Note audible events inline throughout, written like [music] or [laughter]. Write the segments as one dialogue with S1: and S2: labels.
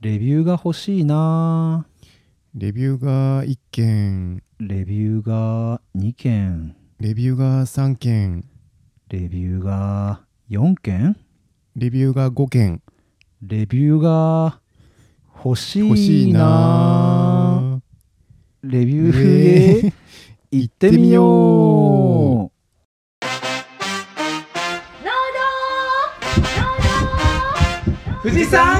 S1: レビューが欲しいな
S2: レビューが1件、
S1: レビューが2件、
S2: レビューが3件、
S1: レビューが4件、
S2: レビューが5件、
S1: レビューが欲しいな
S2: 欲しいな
S1: レビュ
S2: ー
S1: ーへ
S2: えー
S1: 行ってみよう
S3: 富士山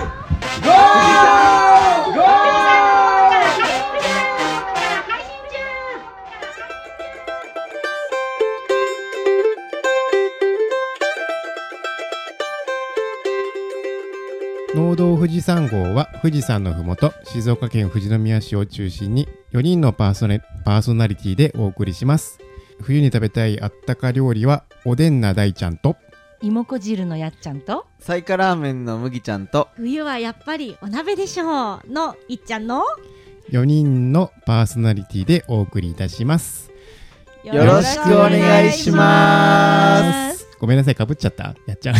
S2: 農道富士山号は富士山のふもと静岡県富士宮市を中心に4人のパーソネパーソナリティでお送りします冬に食べたいあったか料理はおでんな大ちゃんと
S4: 芋こ汁のやっちゃんと
S3: サイカラーメンの麦ちゃんと
S5: 冬はやっぱりお鍋でしょうのいっちゃんの。
S2: 4人のパーソナリティでお送りいたします
S3: よろしくお願いします
S2: ごめんなさいかぶっちゃったやっちゃん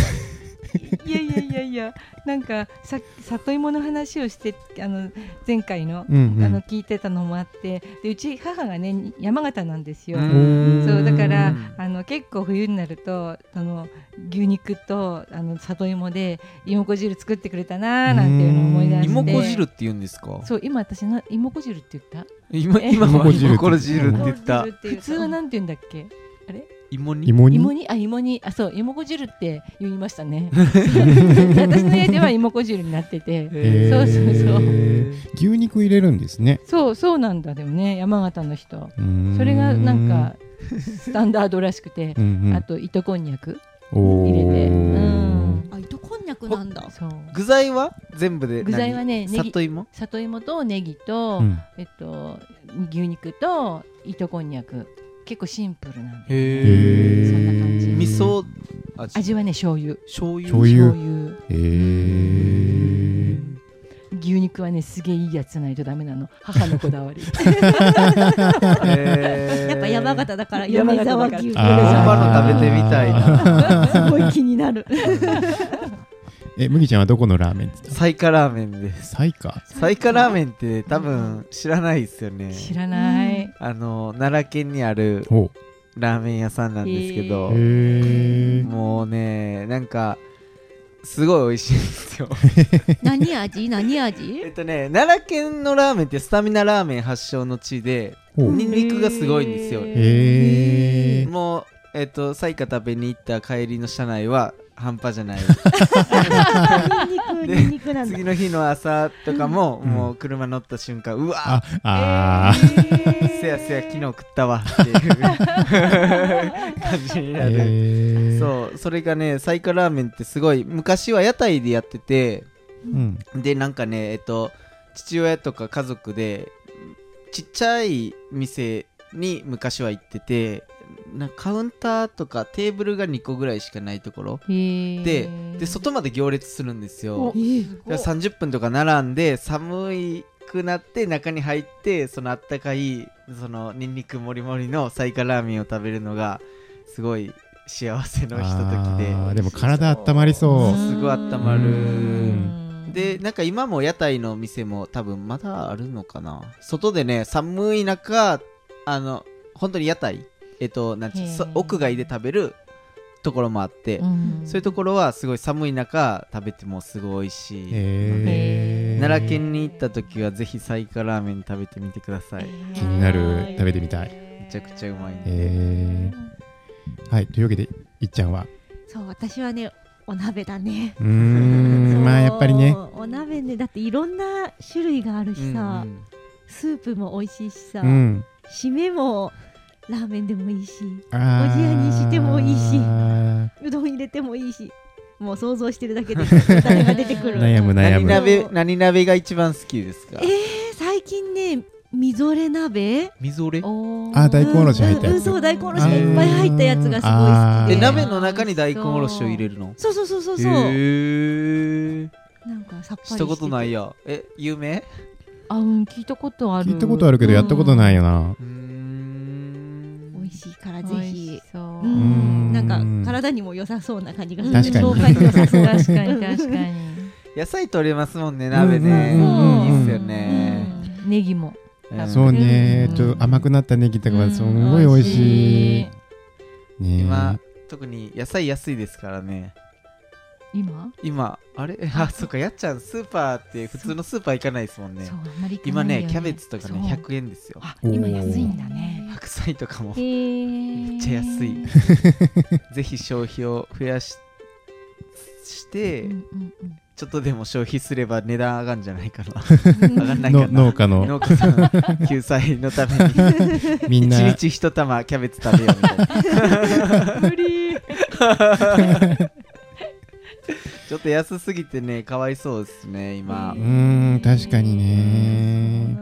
S4: いやいやいやいやなんかさ里芋の話をしてあの前回の,、
S2: うん、う
S4: あの
S2: ん、
S4: 聞いてたのもあってでうち母がね山形なんですよ、
S2: ん
S4: そうだからあの結構冬になるとあの牛肉とあの里芋で芋こ汁作ってくれたなーなんていうのを思い出して
S3: 芋こ汁って言うんですか
S4: そう今私な芋こ汁って言った
S3: 今
S4: え
S3: 今
S2: 芋
S3: は
S2: こ汁
S3: 芋こ汁って言った
S4: 普通はなんて言うんだっけ
S3: 芋に
S2: 芋に
S4: 芋にあ芋にあそう芋こ汁って言いましたね [laughs] 私の家では芋こ汁になってて
S2: へー
S4: そうそうそう
S2: 牛肉入れるんですね
S4: そうそうなんだでもね山形の人
S2: うーん
S4: [laughs] それがなんかスタンダードらしくて
S2: うんうん
S4: あと糸こんにゃく
S2: おー
S4: 入れてうん
S5: あ、糸こんにゃくなんだ。
S4: そう
S3: 具材は全部で何
S4: 具材はねネギ
S3: 里芋
S4: 里芋とネギと、
S2: うん
S4: えっと牛肉と糸こんにゃく結構シンプルなんで
S3: へ
S4: そんな感じ
S3: 味噌味
S4: 味はね醤油
S3: 醤油
S2: 醤油
S4: 醤油
S2: へー
S4: 牛肉はねすげえいいやつないとダメなの母のこだわり
S3: へー
S5: やっぱ山形だから
S4: 山
S5: 米
S4: 形だか
S5: 沢
S4: ら
S5: 牛。米
S2: あ
S5: 沢
S3: 頑張るの食べてみたいな
S5: 牛。すごい気になる。
S2: え麦ちゃんはどこのラーメンって言っ
S3: サイカラーメンです
S2: たサイか
S3: サイカラーメンって多分知らないですよね
S4: 知らない、
S3: あの奈良県にある
S2: ほ
S3: ラーメン屋さんなんですけ
S2: う
S3: ど
S2: へえ
S3: もうねなんかすごい美味しいんですよ
S5: [laughs] 何味何
S3: えっ
S5: 味
S3: とね奈良県のラーメンってスタミナラーメン発祥の地で
S2: ほう
S3: ニンニクがすごいんですよ
S2: へえ
S3: もうえっと彩花食べに行った帰りの車内は半端じゃない
S5: ニンニク
S3: で
S5: ニンニクなんだ
S3: 次。の日の朝とかも、
S2: うん
S3: もう車乗った瞬間うわ
S2: ああー
S3: [laughs] せやせや昨日食ったわっていう [laughs] 感じになる、
S2: へー
S3: そうそれがね彩花ラーメンってすごい昔は屋台でやってて
S2: うん
S3: でなんかねえっと父親とか家族でちっちゃい店に昔は行っててなカウンターとかテーブルが2個ぐらいしかないところ
S4: へえ
S3: でで外まで行列するんですよだから
S4: さ
S3: 30分とか並んで寒いくなって中に入ってそのあったかいそのニンニクもりもりのサイカラーメンを食べるのがすごい幸せのひとときで
S2: あーでも体温まり
S3: そ
S2: そうう
S3: すごい温ま
S2: う
S3: るでなんか今も屋台の店も多分まだあるのかな外でね寒い中あの本当に屋台えっとなんちゅう
S4: へー
S3: そ屋外で食べるところもあって、
S4: ん
S3: そういうところはすごい寒い中食べてもすごい美味しい、
S2: へー
S3: 奈良県に行った時はぜひサイカラーメン食べてみてください、
S2: 気になる食べてみたい
S3: めちゃくちゃうまいんで
S2: へーはいというわけでいっちゃんは
S5: そう私はねお鍋だね。
S2: うーんまあやっぱりね
S5: そうお鍋ねだっていろんな種類があるしさ、
S3: うん
S5: スープも美味しいしさ、
S2: うん
S5: 締めもラーメンでもいいし、
S2: あー
S5: おじやにしてもいいしうどん入れてもいいし、もう想像してるだけ
S2: [laughs]
S5: で誰が出てくる。
S2: 悩む
S3: うん
S2: 悩
S3: 何
S2: む
S3: 鍋何鍋が一番好きですか
S5: え最近ねみぞれ鍋
S3: みぞれ
S4: おー
S2: あ大根おろし入った
S5: うんう
S2: や
S5: ん
S2: つ
S5: そう大根おろしがいっぱい入ったやつがす
S2: あ
S5: ごい好き
S3: え
S5: で
S2: ー
S3: 鍋の中に大根おろしを入れるの
S5: そうそうそうそう
S3: へ
S5: そう、
S3: ー
S5: なんかさっぱり
S3: したことない
S5: よ
S3: やえ有名
S4: あうん聞いたことある
S2: 聞いたことあるけどやったことないよな
S3: うーん
S5: 美味しいから
S4: うん
S5: ぜ
S4: 美
S5: ひ
S4: 味しそううん
S2: う
S5: ん
S2: ん
S5: なんか体にも良さそうな感じがする
S2: 確かに
S4: そう
S5: 爽快
S4: 確
S5: 良さそう
S4: か
S5: だし
S4: に確かに
S3: え野菜取れますもんね鍋ね、
S6: うん
S4: うんうん
S3: いいっすよね、
S4: うんネギも
S3: ん
S4: うん
S2: そうね
S4: うん
S2: ちょっと甘くなったネギと
S4: う
S2: か
S4: ん
S2: すんごい美味しい
S4: 美味し
S2: ね
S3: 今特に野菜安いですからね
S4: い今
S3: 今あれ [laughs] あそっかやっちゃんスーパーって普通のスーパー行かないですもんね
S4: そうあんまり行か
S3: 今
S4: ないよ
S3: ねキャベツとか
S4: そ
S3: ね
S4: う
S3: 100円ですよ
S4: あ今安いんだね
S3: 白菜とかも
S5: へー
S3: めっちゃ安いぜひ消費を増やしして、
S4: うんうんうん
S3: ちょっとでも消費すれば値段上がるんじゃないかな上がんないか
S2: [laughs] の
S3: な
S2: 農家の
S3: 農家さん救済のため
S2: み
S3: に
S2: ん
S3: 一
S2: な
S3: 日一玉キャベツ食べようみたいな
S4: 無理
S3: ちょっと安すぎてねかわいそうですね今
S2: う、ーん確かにね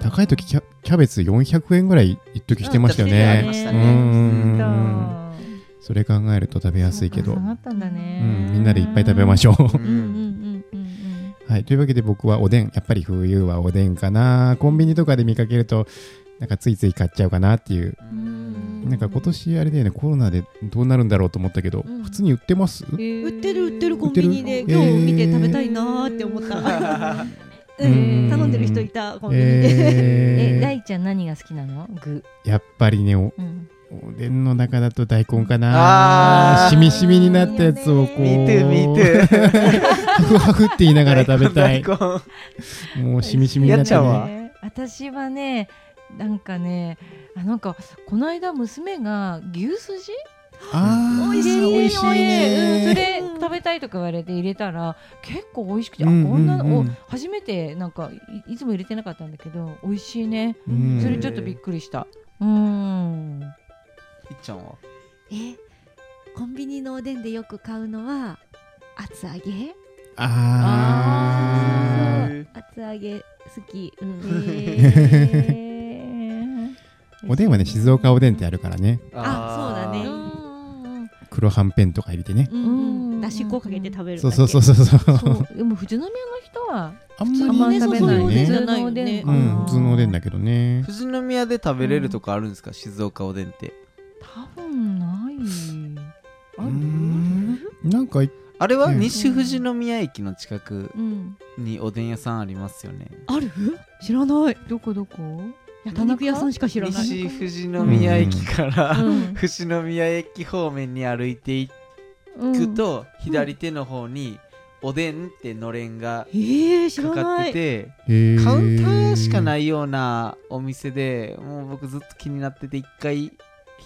S2: 高い時キャキャベツ400円ぐらい一時してましたよ
S3: あり
S2: ね
S3: ました
S2: う
S3: ね
S2: んそれ考えると食べやすいけど
S4: 下がったんだ
S2: う
S4: ね
S2: んみんなでいっぱい食べましょ
S3: う
S2: う
S4: うんうん
S3: ん
S4: うんうん
S2: はいというわけで僕はおでんやっぱり冬はおでんかなコンビニとかで見かけるとなんかついつい買っちゃうかなっていう
S4: うん
S2: なんか今年あれだよねコロナでどうなるんだろうと思ったけど
S4: うん
S2: 普通に売ってます
S5: 売ってる売ってるコ
S2: 売っ
S5: ン
S2: てる
S5: ビニで
S2: うん
S5: 今日見て食べたいなーって思った、
S2: う
S5: [laughs] うんん、頼んでる人いたコンビニで、
S4: え
S2: え
S4: 大ちゃん何が好きなの具
S2: ーやっぱりねお
S4: うん
S2: おでんの中だと大根かな
S3: あー
S2: しみしみになったやつをこう
S3: Me too, me too.
S2: ハフハフって [laughs] 言いながら食べ
S3: [laughs]
S2: たい
S3: 大根
S2: もうしみしみにな
S3: や
S2: っ
S3: っちゃ
S2: た
S3: ん
S2: ね
S3: は
S4: 私はねなんかねあなんかこの間娘が牛すじ
S2: あー
S5: 美味しい
S2: 美味しい
S4: うんそ
S2: ね
S4: れ食べたいとか言われて入れたら結構美味しくて、
S2: うん
S4: あこんなの、
S2: うん
S4: お
S2: うん
S4: 初めてなんかいいつも入れてなかったんだけど美味しいね
S2: うん
S4: それちょっとびっくりしたうん
S3: いっちゃんは
S5: えコンビニのおでんでよく買うのは厚揚げ
S2: あ
S3: あー
S5: 厚揚げ好き、
S2: [laughs]
S5: うん
S2: ー [laughs] おでんはね静岡おでんってあるからね
S5: あそうだね
S4: うん
S2: 黒はんぺんとか入れてね
S5: うんんだし粉かけて食べるだけ
S2: そうそうそうそうそう
S4: そうでも富士宮の人は
S2: あん
S5: 普
S4: あ
S5: 通
S4: ん
S5: に
S4: ま
S5: ね
S4: り食べない
S5: そういうおでんじ
S4: 普
S5: ゃ
S4: 通
S5: ない
S4: の
S5: よ
S4: お
S5: ね
S4: でん
S2: う
S4: かなん
S2: 普通のおでんだけどね
S3: 富士宮で食べれるとかあるんですか、静岡おでんって
S4: 多分ないあ
S2: う
S4: る
S2: んなんかい
S3: あれは
S2: うん
S3: 西富士宮駅の近く
S4: うん
S3: におでん屋さんありますよね
S5: ある知らない
S4: どこどこ
S5: 焼肉屋さんしか知らない
S3: 西富士宮駅から、
S4: うん
S3: [laughs] 富士宮駅方面に歩いていくと、左手の方におでんってのれんが
S5: えー、知
S3: からかっ
S5: な
S3: て
S5: い
S3: て
S2: カウ
S3: カウンターしかないいようなお店でもう僕ずっと気になってて一回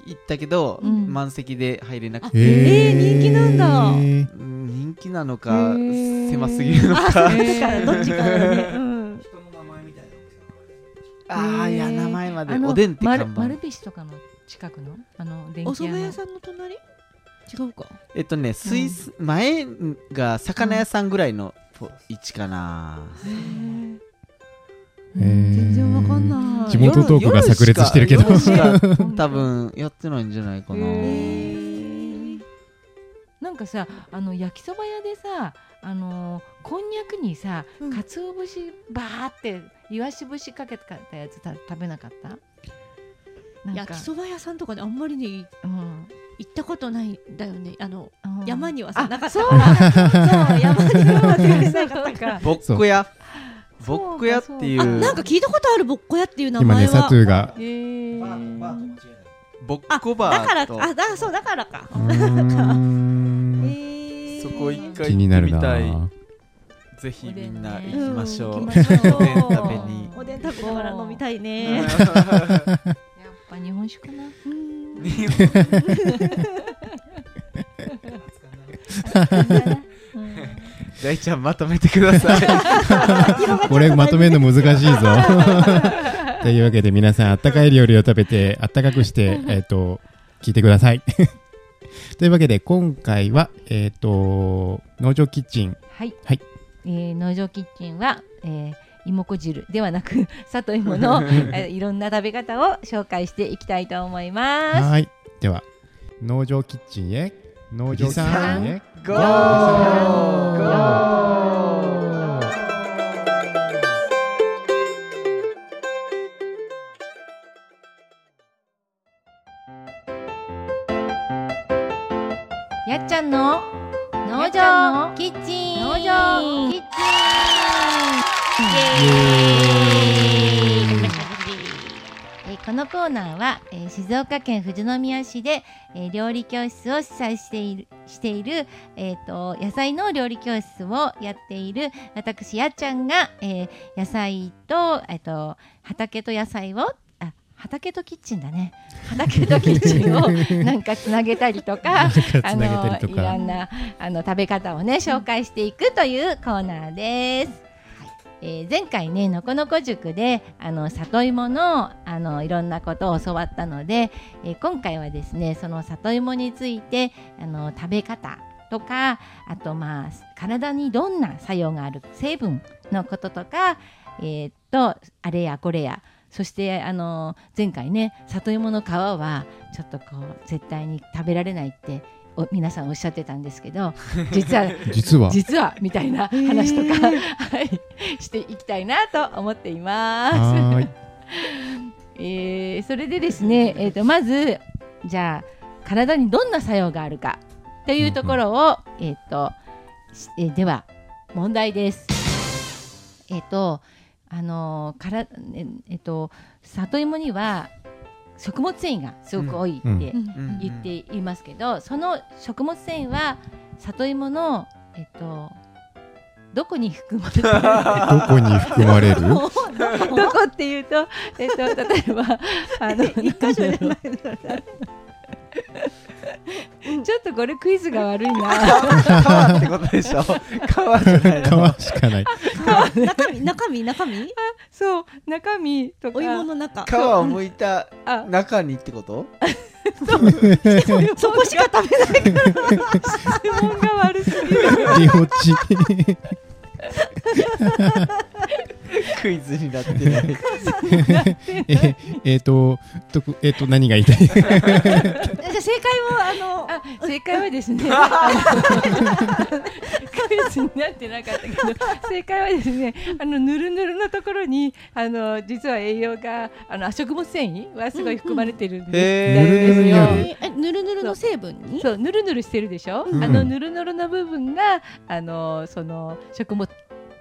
S3: 行ったけど、
S4: うん
S3: 満席で入れなくて、
S5: えー人気なんだ
S3: うん人気なのか
S4: へー
S3: 狭すぎるの
S5: あ
S3: か
S5: そうですかどっちかだね、うん、
S3: ああい
S4: へ
S3: や
S4: ー
S3: 名前まで
S4: あの
S3: おでんって看
S4: 丸
S3: 板
S4: 丸菱とかの近くのあの電
S5: お
S4: 気
S5: 蕎
S4: 屋
S5: 麦
S4: の
S5: 屋さんの隣違うか
S3: えっとねスイス、前が魚屋さんぐらいのぽ位置かな、
S2: えー
S5: 全然わかんな
S2: 地
S5: い
S2: 元トークが炸裂してるけど
S3: 夜しか夜しか
S4: [laughs] うん
S3: 多分やってないんじゃないかな、
S4: へーなんかさあの焼きそば屋でさあのーこんにゃくにさ、
S5: うん
S4: 鰹節バーっていわし節かけたやつた食べなかったなん
S5: 焼
S4: か
S5: きそば屋さんとかねあんまりね
S4: うん
S5: 行ったことないんだよねあの
S4: うん
S5: 山にはさ
S4: あ
S5: なかった
S4: そう
S5: からそう山には
S4: そう
S5: 全然なかったから
S4: か
S3: ぼっこ屋ぼっこ屋ってい
S4: そう
S5: あ
S4: か
S3: う
S5: なんか聞いたことあるぼっこ屋っていう名
S2: 今ね
S5: 前
S2: サ
S5: は
S2: トゥーが
S4: へー
S3: ぼっ
S5: あ
S3: こバ
S5: だから
S3: ーと
S5: あだそうだからか
S2: うーん
S5: へー
S3: そこ一回
S2: 気
S3: 行
S2: に
S3: っ
S2: な
S3: て
S2: る
S3: みたい
S2: な
S3: ぜひみんな行きましょう、
S4: うん行き
S5: ましょ
S3: お
S5: う
S3: でん食べに
S5: おでん食べながら飲みたい
S4: や
S3: う
S5: ね
S4: っぱ日本酒かな
S3: うん
S5: うん
S3: 日本大ちゃんまとめてください
S2: これまとめるの難しいぞ。 [laughs] というわけで皆さんあったかい料理を食べてあったかく
S4: [laughs]
S2: して、えっと聞いてください。 [laughs] というわけで今回は、えっと農場キッチン
S4: はい、
S2: はい
S4: えー農場キッチンは、えー、芋こ汁ではなく里芋の、えーいろんな食べ方を紹介していきたいと思います。
S2: はいでは農場キッチンへ農場キッチンへ
S3: ゴ
S2: ー
S3: ゴー
S4: やっちゃんの農場キッチン
S7: 農場
S4: キッチンえーこのコーナーは、えー静岡県富士宮市で、えー料理教室を主催しているしている、えー、と野菜の料理教室をやっている私やっちゃんが、えー野菜と,、えー、と畑と野菜をあ畑とキッチンだね畑とキッチンを [laughs] なんかつなげたりとか
S2: つ
S4: あ
S2: なげた
S4: の
S2: りと
S4: いろ
S2: か
S4: んなあの食べ方をね紹介していくというコーナーです。えー前回ねのこのこ塾であの里芋のあのいろんなことを教わったので、えー今回はですねその里芋についてあの食べ方とかあとまあ体にどんな作用がある成分のこととか、えーっとあれやこれやそしてあの前回ね里芋の皮はちょっとこう絶対に食べられないってお皆さんおっしゃってたんですけど実は
S2: 実は
S4: 実はみたいな話とか、はい、していきたいなと思っています。
S2: はーい
S4: [laughs] えーそれでですね、えー、とまずじゃあ体にどんな作用があるかというところを、えっ、と、しえーでは問題です。えっ、とあのーからえっ、えーと里芋には食物繊維がすごく多いって、
S2: うん
S5: うん
S3: うん
S4: 言っていますけど、その食物繊維は里芋のえっとどこに含まれている
S2: [laughs] どこに含まれる
S4: ど
S2: [laughs]
S4: こっていうと、えっと、例えばあの
S5: [laughs] 一箇所じゃない
S4: ちょっとこれクイズが悪い
S5: [laughs]
S4: な
S3: 川ってことでし [laughs] ょ川じゃないの
S2: 川しかない
S5: の中身中身中身
S4: そう中身とか
S5: お芋の中
S3: 川を剥いた
S4: あ
S3: 中にってこと
S5: [laughs] そこしか食べない
S4: 質問が悪すぎる
S2: 出落ち
S3: クイズにな [laughs] ってない
S2: ええーととくえーと何が言いたい
S5: じゃあ正解をあの
S4: あ正解はですねあのクイズになってなかったけど正解はですねあのぬるぬるのところにあの実は栄養があの食物繊維はすごい含まれてるんで
S3: へ
S2: ぬるぬるにある
S3: ー
S5: ええぬるぬるの成分に
S4: そうぬるぬるしてるでしょ、
S2: うん
S4: あのぬるぬるの部分があのその食物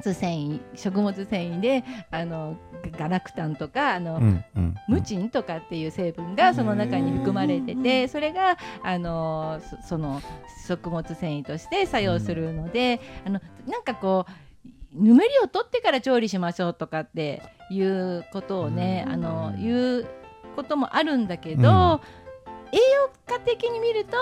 S4: 繊維食物繊維であのガラクタンとかあの、
S2: うんうん
S4: ムチンとかっていう成分がその中に含まれててそれがあのそその食物繊維として作用するので、あのなんかこうぬめりを取ってから調理しましょうとかっていうことをね、
S2: うん
S4: あの言うこともあるんだけど、
S2: うん
S4: 栄養価的に見ると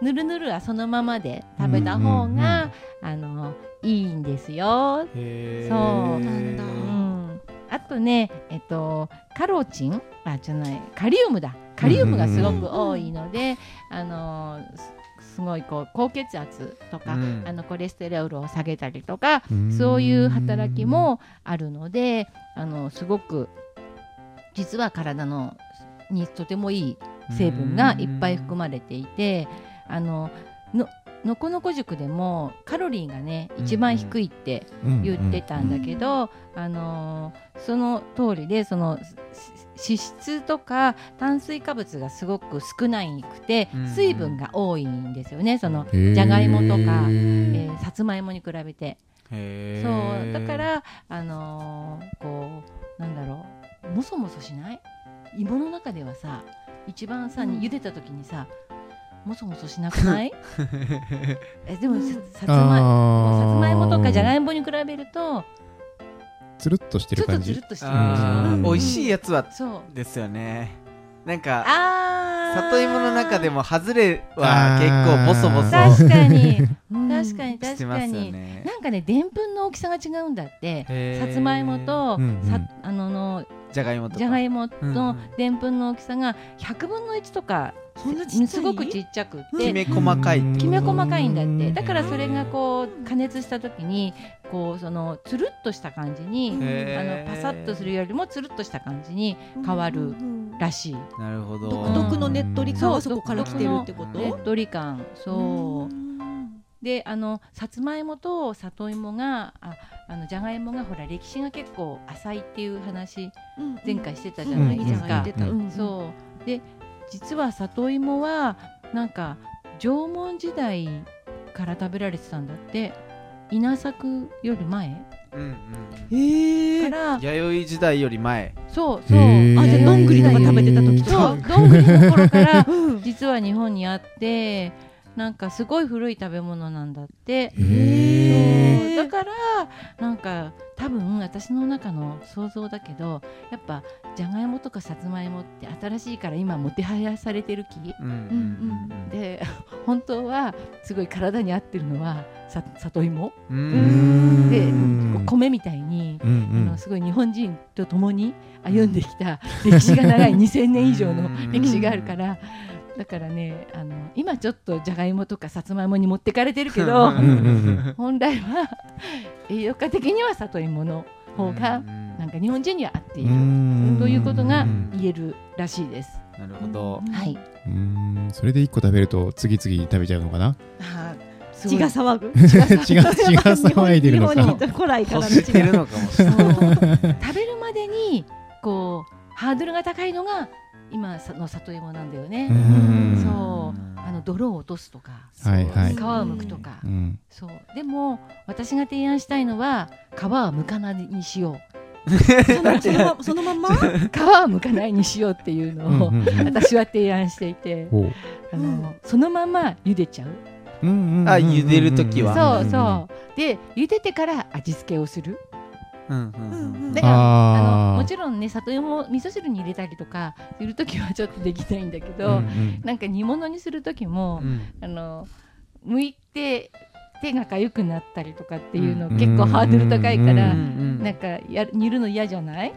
S4: ぬるぬるはそのままで食べた方が、あのいいんですよ
S3: へー
S4: そう
S5: なんだ
S4: うんあとね、えっと、カロチンあじゃないカリウムだカリウムがすごく多いので、あのすすごいこう高血圧とか、
S3: うん
S4: あのコレステロールを下げたりとか
S2: ん
S4: そういう働きもあるのであのすごく実は体のにとてもいい成分がいっぱい含まれていてあのののこのこ塾でもカロリーがね一番低いって言ってたんだけど、あのーその通りでそのし脂質とか炭水化物がすごく少ないくて
S3: うんうん
S4: 水分が多いんですよねその、
S2: じ
S4: じゃがいもとかえ
S2: え
S4: ーさつまいもに比べて。
S3: へー
S4: そうだからあのーこうなんだろうもそもそしない芋の中ではさ一番さ、
S5: うん
S4: 茹でた時にさもそもそしなくないえでもささつまさつ
S2: あ
S4: まいもとかじゃが
S2: い
S4: いもに比べると
S2: つるっとして
S4: ちょ
S2: る
S4: っと
S2: 感
S4: つ
S2: じ
S4: るっとしてるでし
S3: あ
S2: うん
S3: ー美味しいやつは
S4: ょそう
S3: ですよねなんか
S4: あー
S3: 里芋の中でも外れは結構ボソボソ
S4: 確か [laughs] に
S5: うん
S4: 確かに
S3: して
S4: 確
S3: ま
S4: か
S3: すよ
S4: に、
S3: ね
S4: なんかねでんぷんの大きさが違うんだって
S3: へ
S4: さ
S3: ー
S4: つまいもと、
S2: うんうん
S4: さあのの
S3: じゃがいもとか
S4: じゃがいも
S3: うんう
S4: の
S3: ん
S4: でんぷんの大きさが100分の1とか
S5: そんなちっちゃい
S4: すごくちっちゃくっ
S3: き
S4: て
S3: め細かいって
S4: きめ細かいんだってだ
S2: か
S4: からそれがこう加熱した時にこうそのつるっとした感じにあの
S3: へー
S4: パサッとするよりもつるっとした感じに変わる
S5: うん
S4: らしい
S3: なるほど
S5: 独特のねっとり感はそこから来てるってこ
S4: ね
S5: と
S4: っとり感そううんであのさつまいもと里芋がああのじゃがいもがほら歴史が結構浅いっていう話
S5: うん
S4: 前回してたじ
S5: う
S4: ゃ
S5: ん
S4: ないですか、
S5: 言ってた
S2: うん
S5: うん
S4: そうで実は里芋はなんか縄文時代から食べられてたんだって稲作より前
S3: うんうん
S4: か
S5: ええ
S4: ら
S3: 弥生時代より前
S4: そう
S2: へ
S4: そう
S2: ー
S5: あじゃあどんぐりとか食べてた時と
S4: そ
S5: か
S4: う [laughs] どんぐりの頃から
S5: うん
S4: 実は日本にあってなんかすごい古い食べ物なんだって
S5: へー
S4: そうだからなんか多分私の中の想像だけどやっぱじゃがいもとかさつまいもって新しいから今もてはやされてる気
S3: うんうんうん
S4: で [laughs] 本当はすごい体に合ってるのはさ里芋
S3: う
S2: うんん
S4: で
S2: うん
S4: 米みたいに、
S2: うんう
S4: あ
S2: ん
S4: のすごい日本人と共に歩んできた [laughs] 歴史が
S2: [laughs]
S4: 長い2000年以上の
S3: うん
S4: 歴史があるから。だからねあの今ちょっとじゃがいもとかさつまいもに持ってかれてるけど
S2: んうん
S4: [laughs] 本来は栄養価的には里芋の方がなんか日本人には合っている
S2: うん
S4: ということが
S2: うん
S4: 言えるらしいです。
S3: なるほど
S4: はい、
S2: うんそれで一個食べると次々食べちゃうのかな
S4: あーすごい
S5: 血が騒ぐ
S2: 血が血が騒いでるの
S5: 日本
S2: か
S5: に古来から
S3: 欲
S5: の
S3: し
S5: 血
S3: てる
S5: が
S3: のかもしれない
S4: 食べるまでにこうハードルが高いのが今さの里芋なんだよ
S2: う
S4: ね、
S2: ん
S4: そうあの泥を落とすとか
S2: はいは
S4: 皮を
S2: い
S4: 剥くとか、
S2: うん
S4: そうでも私が提案したいのは皮は剥かないにしよう
S5: そのそのまそのまん
S4: [laughs]
S5: ま
S4: 皮は剥かないにしようっていう
S2: うん
S4: の
S2: う
S4: を
S2: んうん
S4: 私は提案していて
S2: [laughs] ほう
S4: あのそのまま茹でちゃう
S2: うんうんうんうん
S3: あ茹でる時は
S4: そうそうで茹でてから味付けをする
S3: うんうんうん
S4: だからあ
S2: あ
S4: の
S2: ー
S4: もちろんね里芋を味噌汁に入れたりとかする時はちょっとできないんだけ
S2: うん
S4: ど、なんか煮物にする時も、あの剥いて手が痒くなったりとかっていうの
S2: うん
S4: 結構ハードル高いか
S3: う
S4: ら、
S3: ん
S4: なんかや煮るの嫌じゃない、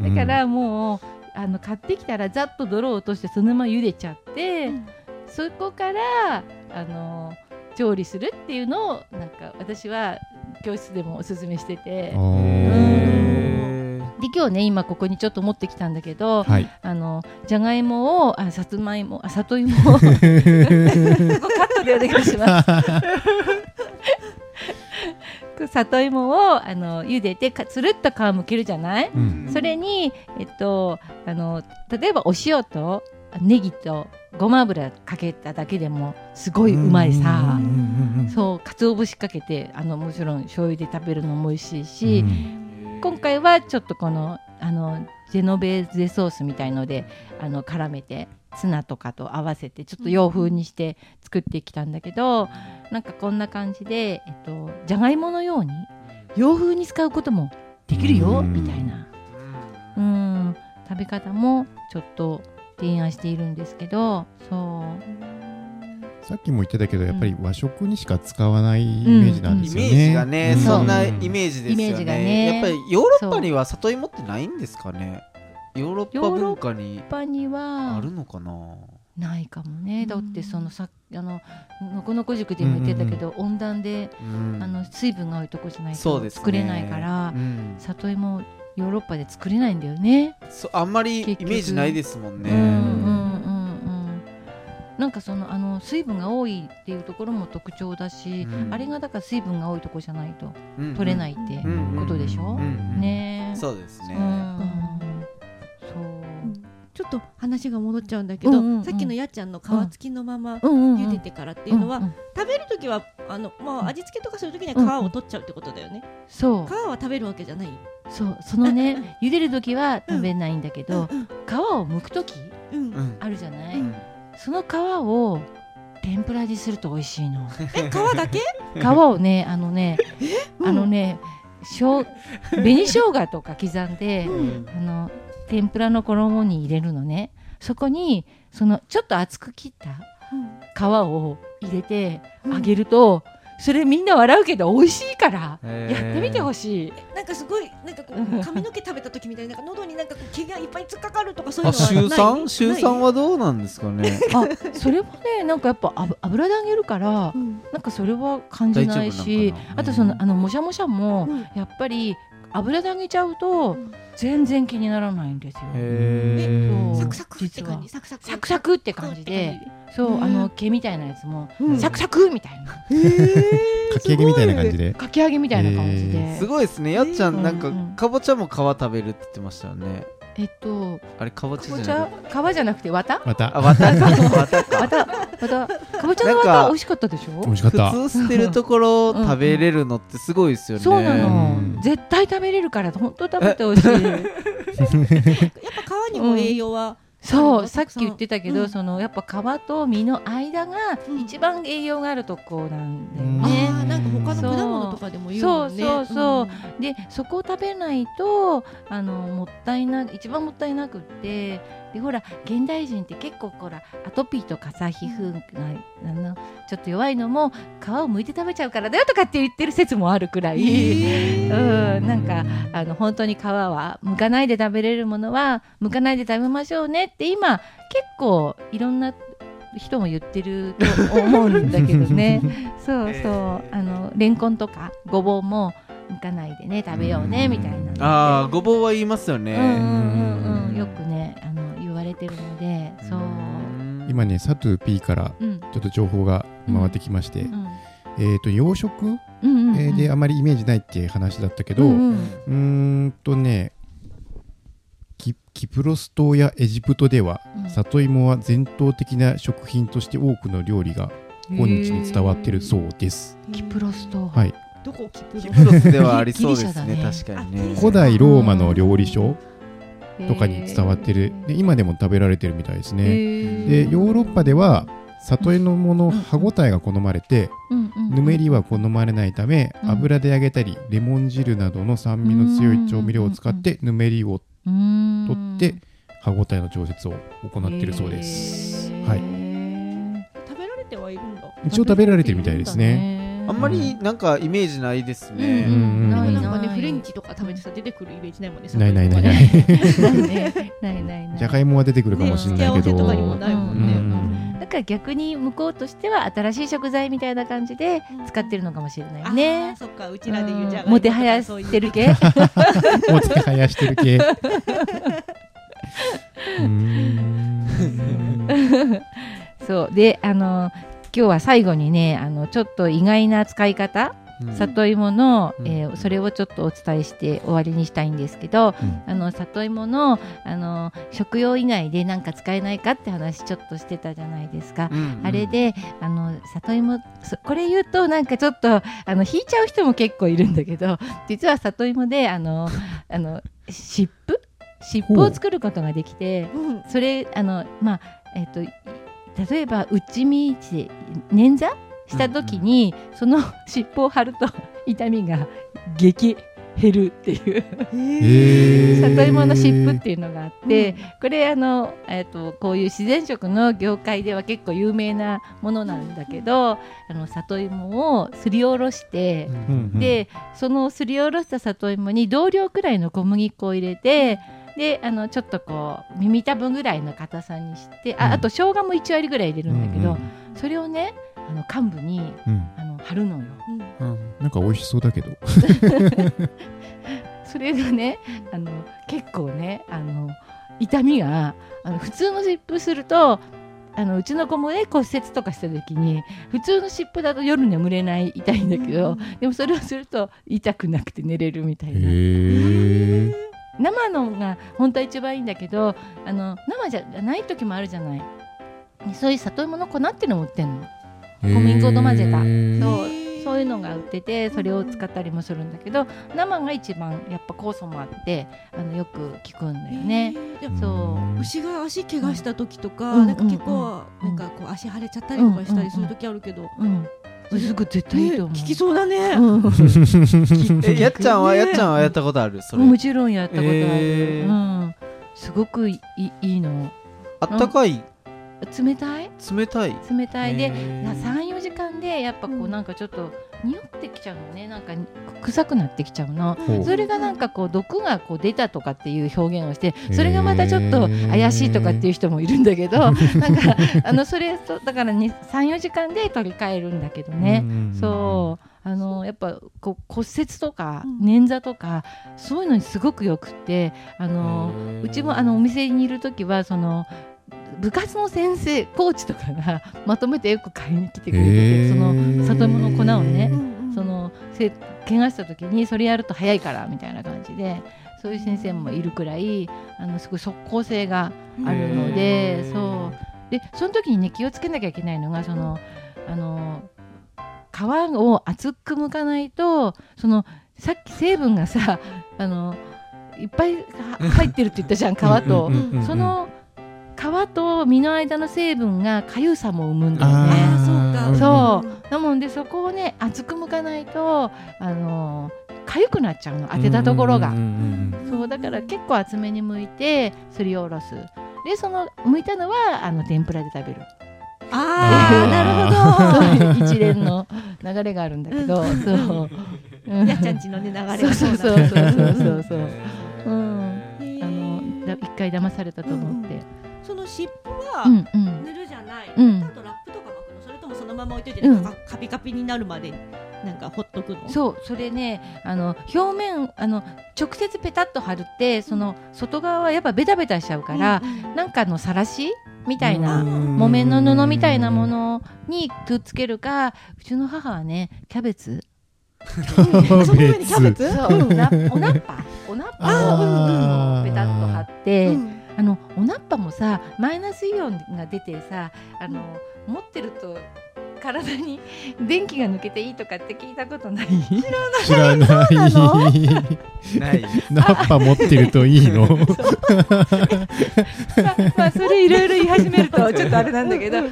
S2: うん
S4: だからもうあの買ってきたらざっと泥を落としてそのまま茹でちゃって、
S5: うん
S4: そこからあの調理するっていうのをなんか私は教室でもおすすめしてて
S2: うんお
S3: へ
S2: ー
S3: ー
S4: で今日ね今ここにちょっと持ってきたんだけど、
S2: はい
S4: あのじゃがいもをあさつまいもあ
S2: [laughs]
S4: 里芋をここカットでお願いします。こう里芋をあの茹でてかつるっと皮むけるじゃない、
S2: うん
S4: それに、えっと、あの例えばお塩とネギとごま油かけただけでもすごいうまいさ
S2: うんう、ん
S4: そう鰹節かけてあのもちろん醤油で食べるのも美味しいし、
S2: うん
S4: 今回はちょっとこのあのジェノベーゼソースみたいのであの絡めてツナとかと合わせてちょっと洋風にして作ってきたんだけどなんかこんな感じで、えっと、じゃがいものように洋風に使うこともできるよ
S2: うん
S4: みたいなうん食べ方もちょっと提案しているんですけどそう
S2: さっきも言ってたけどやっぱり和食にしか使わないイメージなんで
S3: イ
S2: すよ
S3: メ
S2: ね。
S3: ージがね、
S2: う
S3: そんなイメージですよね
S4: イメージがね
S3: やっぱりヨーロッパには里芋ってないんですかねヨーロッパ文化に
S4: 一般には
S3: あるのかな
S4: ないかもねだってそのさあののこのこ塾で
S2: う
S4: も
S2: ん
S4: 言ってたけど、温暖で
S3: うん
S4: あの水分が多いとこじゃない
S3: そうで
S4: と
S3: すね
S4: 作れないから、
S3: うん
S4: 里芋ヨーロッパで作れないんだよね。
S3: そうあんまりイメ
S4: 結局
S3: ージないですもんね
S4: うんうんうんうん。なんかそのあの水分が多いっていうところも特徴だし、
S3: うん
S4: あれがだから水分が多いとこじゃないと
S3: うん
S4: 取れないって
S3: うんうん
S4: ことでしょ。
S3: うん
S4: ねえ。
S3: そうですね、
S4: うん。そう。
S5: ちょっと話が戻っちゃうんだけど、
S4: うんうんうん
S5: さっきのやっちゃんの皮付きのまま
S4: うんうんうん。
S5: 茹でてからっていうのは、
S4: んん
S5: 食べる時はあの、まあ、味付けとかする時に
S4: うんう
S5: は
S4: ん
S5: 皮を取っちゃうってことだよね、
S4: そう
S5: 皮は食べるわけじゃない、
S4: そうその
S3: [laughs]
S4: ね茹でる時は食べないんだけど、皮を剥く時
S5: うん
S3: うん
S4: あるじゃない。
S3: うん
S4: その皮を天ぷらにすると美味しいの。
S5: え皮だけ
S4: 皮をね
S3: [laughs]
S4: あのね
S5: うん
S4: あのねしょう紅生姜とか刻んで
S3: うん
S4: あの天ぷらの衣に入れるのねそこにそのちょっと厚く切った皮を入れて揚げると、それみんな笑うけど美味しいから
S3: へ
S4: や
S3: ー
S4: ってみてほしい。
S5: なんかすごいなんかこう髪の毛食べた時みたいになんか喉になんかこう毛がいっぱい突っかかるとかそういう
S3: あ、
S5: のはない
S3: 週三、週三
S5: ない
S3: はどうなんです
S4: [laughs]
S3: かね。
S4: あそれもねなんかやっぱ油油で揚げるから
S5: うん
S4: なんかそれは感じない
S3: 大
S4: し
S3: 丈夫なのかな
S4: あとそのあのもしゃもしゃも、
S5: うん
S4: やっぱり油で揚げちゃうと全然気にならないんですよ。
S3: へー
S4: そう
S5: サクサクって感じ
S4: 実
S5: サクサク
S4: サクサクって感じで、そう、
S5: うん
S4: あの毛みたいなやつも、
S5: うん
S4: サクサクみたいな、 [laughs]
S2: かき揚げみたいな感じで。
S4: かき揚げみたいな感じで。
S3: すごいですね。やっちゃ
S4: うん
S3: ん、なんか
S4: うん、
S3: かぼちゃも皮食べるって言ってましたよね。
S4: えっと、
S3: あれかぼ
S4: か
S3: ちゃ
S4: ぼ
S3: じ
S4: ち
S3: ゃ
S4: ゃ
S3: ない、
S4: 皮じゃなくて綿。
S2: ま
S3: あ
S2: た
S4: [laughs]
S3: 綿か綿
S4: ま
S3: か
S4: た、また、かぼちゃの
S3: なんか
S4: 綿美味しかったでしょ
S2: 美味しかった
S3: 普通捨てるところを
S4: うん
S3: 食べれるのってすごいですよね
S4: そうなの、
S2: うん
S4: 絶対食べれるから、本当食べてほしい。
S5: やっぱ皮にも栄養は、
S4: そ
S5: あ
S4: う、
S5: の
S4: さっき言ってたけど、
S5: うん
S4: そのやっぱ皮と実の間が
S5: うん
S4: 一番栄養があるとこなんだよ
S2: うん
S4: ね。
S5: ねなんか他
S4: そう
S5: の果物とかでも言うもんね
S4: そうそうそうんでそこを食べないとあのもったいな一番もったいなくってでほら現代人って結構ほらアトピーとかさ皮膚があのちょっと弱いのも皮を剥いて食べちゃうからだよとかって言ってる説もあるくらい、
S5: えー
S4: うん、なんかあの本当に皮は剥かないで食べれるものは剥かないで食べましょうねって今結構いろんな人も言ってると思うんだけど
S2: [laughs]
S4: ね。そう
S3: え
S4: そう、あのレンコンとかごぼうも剥かないでね食べようね
S2: うん
S4: みたいな
S3: ああごぼうは言いますよ
S4: うんう
S3: ね、
S4: んうんうんよくねあの言われてるのでそう
S3: うん
S2: [laughs] 今ねサトゥー P から
S4: うん
S2: ちょっと情報が回ってきまして、
S4: うん
S2: えっ、と養殖、
S4: うんうん
S2: えーであまりイメージないっていう話だったけど、
S4: う
S2: うん、
S4: うんん
S2: ー
S4: [laughs]
S2: んとねキキプロス島やエジプトでは
S4: うん
S2: 里芋は伝統的な食品として多くの料理が今日に伝わってるそうです。
S4: キプロスと
S2: はい、
S5: どこを切符
S3: キプロスではありそうです
S4: ギ
S3: ね
S4: リシ
S3: 確
S4: ャ
S3: かにね
S5: あ
S2: 古代ローマの料理書とかに伝わってる、で今でも食べられてるみたいですね。
S4: で
S2: でヨーロッパでは里芋の歯ごたえが好まれて、ぬめりは好まれないため、
S4: うん
S2: 油で揚げたりレモン汁などの酸味の強い調味料を使ってぬめりを取って歯ごたえの調節を行ってるそうです。はい、
S4: い
S5: 食べられてはいるんだ
S2: 一応食べられてるみたいですね。
S3: あんまりなんかイメージないですね、
S2: うんうん
S5: でもなん
S4: ない
S5: かね
S4: ない
S5: フレンチとか食べてさ出てくるイメージないもんね
S2: ないないないないい。
S4: ないねないないな
S2: [laughs]
S4: い
S2: じゃがいもは出てくるかもしれないけ
S5: ね付け合わせ
S2: ど。
S5: とかにもないも
S2: うん
S5: ね、
S2: ん
S4: だから逆に向こうとしては新しい食材みたいな感じで使ってるのかもしれない
S5: あー
S4: ね。
S5: そっかうちらで言うじゃがい
S4: も
S5: もとか
S4: てはや
S5: そう
S4: し
S5: いう
S4: てる系。
S2: もうつけはやしてる系。うーん
S4: そうであの今日は最後にねあのちょっと意外な使い方、
S3: うん
S4: 里芋の、
S3: うん
S4: えーそれをちょっとお伝えして終わりにしたいんですけど、
S2: うん
S4: あの里芋のあの食用以外で何か使えないかって話ちょっとしてたじゃないですか。
S3: うん
S4: あれで、あの里芋そこれ言うとなんかちょっとあの引いちゃう人も結構いるんだけ
S3: [laughs]
S4: ど実は里芋であのあの湿布湿布を作ることができて
S5: うん
S4: それあのまあえっ、と例えば内身で捻挫した時に、その湿布を貼ると痛みが激減るっていう
S2: えー
S4: 里芋の湿布っていうのがあって、これあの、えっとこういう自然食の業界では結構有名なものなんだけど、あの里芋をすりおろして、
S2: うん
S4: でそのすりおろした里芋に同量くらいの小麦粉を入れてであのちょっとこう耳たぶぐらいの硬さにしてあ,、
S2: うん
S4: あと生姜も1割ぐらい入れるんだけど、
S2: うん
S4: それをねあの幹部に
S2: うん
S4: あの貼るのよ。
S3: うん
S2: なんか美味しそうだけど。
S4: それがねあの結構ねあの痛みがあの普通の湿布するとあのうちの子もね骨折とかした時に普通の湿布だと夜眠れない痛いんだけどでもそれをすると痛くなくて寝れるみたい
S2: へ
S4: な
S2: え。
S4: 生のが本当は一番いいんだけどあの生じゃない時もあるじゃないねそういう里芋の粉っていうのも売ってんの小麦粉と混ぜた
S2: た。
S4: そうそういうのが売っててそれを使ったりもするんだけど生が一番やっぱ酵素もあってあのよく効くんだよね。
S5: えーでも
S4: そ
S5: 牛が足怪我した時とか、
S4: うん
S5: なんか結構、
S4: うん
S5: なんかこう足腫れちゃったりとかしたりする時あるけど、
S4: う、うん、すぐ絶対いいと思う。
S5: ね聞きそうだね、
S4: うん
S3: [laughs] えやっちゃんは
S5: ね
S3: やっちゃんはやったことあるそれ
S4: もちろんやったことある。
S3: えー
S4: うん、すごくいいいいの。
S3: あったかい
S4: 冷たい
S3: 冷たい
S4: 冷たいで、
S3: へー
S4: 三四時間でやっぱこ
S5: う
S4: うんなんかちょっと匂ってきちゃうのね。なんか臭くなってきちゃうの。
S2: ほう
S4: それがなんかこう毒がこう出たとかっていう表現をしてそれがまたちょっと怪しいとかっていう人もいるんだけどなんかあのそれとだから34時間で取り替えるんだけどね、そうあのやっぱこう骨折とか
S5: うん
S4: 捻挫とかそういうのにすごくよくってあのうちもあのお店にいる時はその部活の先生コーチとかがまとめてよく買いに来てくれててその里芋の粉をね
S5: うんうん
S4: そのせ怪我した時にそれやると早いからみたいな感じでそういう先生もいるくらいあのすごい即効性があるの
S3: へ
S4: で
S3: ー
S4: そうでその時にね気をつけなきゃいけないのがそのあの皮を厚く剥かないとそのさっき成分がさ [laughs] あのいっぱいは入ってるって言ったじゃん皮と
S2: うんうんうんうん
S4: その皮と実の間の成分がかゆさも生むんだよね。
S2: あー
S4: そうか
S5: うん
S4: なもんでそこをね厚く向かないとあの痒くなっちゃうの当てたところが、
S2: うんうん
S4: そうだから結構厚めに剥いてすりおろすでその剥いたのはあの天ぷらで食べる
S5: ああ
S4: そう
S5: なるほ
S4: いう一連の流れがあるんだけど、そう、う
S5: [laughs] ど。
S4: ん
S5: やっちゃんちのね流れが
S4: そうそうそう
S5: な
S4: そ
S5: ん
S4: う
S5: [laughs] だ
S4: そうそうそう
S3: う
S5: へ
S3: ん
S5: ー
S4: あのだ一回騙されたと思って、
S5: その尻尾
S4: う
S5: は
S4: んうん
S5: 塗るじゃない。
S4: うん
S5: あとラップとか巻くの。それともそのまま置いといて
S4: うん
S5: カカピカピになるまでなんかほっとくの。
S4: そうそれねあの表面あの直接ペタッと貼るってその外側はやっぱベタベタしちゃうから、なんかのさらしみたいな、木綿の布みたいなものにくっつけるかうちの母はねキャベツ
S5: あその上にキャベツ？
S4: そうおなおなっぱおなっぱ
S2: あー
S4: をペタッと貼って、
S5: うん
S4: あのおなっぱもさマイナスイオンが出てさあの持ってると体に [laughs] 電気が抜けていいとかって聞いたことない
S2: 知らない
S5: なの
S3: ない
S4: [laughs]
S2: ナッパ持ってるといいの
S4: まあ、まあそれいろいろ言い始める
S2: [laughs]
S4: とちょっとあれなんだけど、まあ、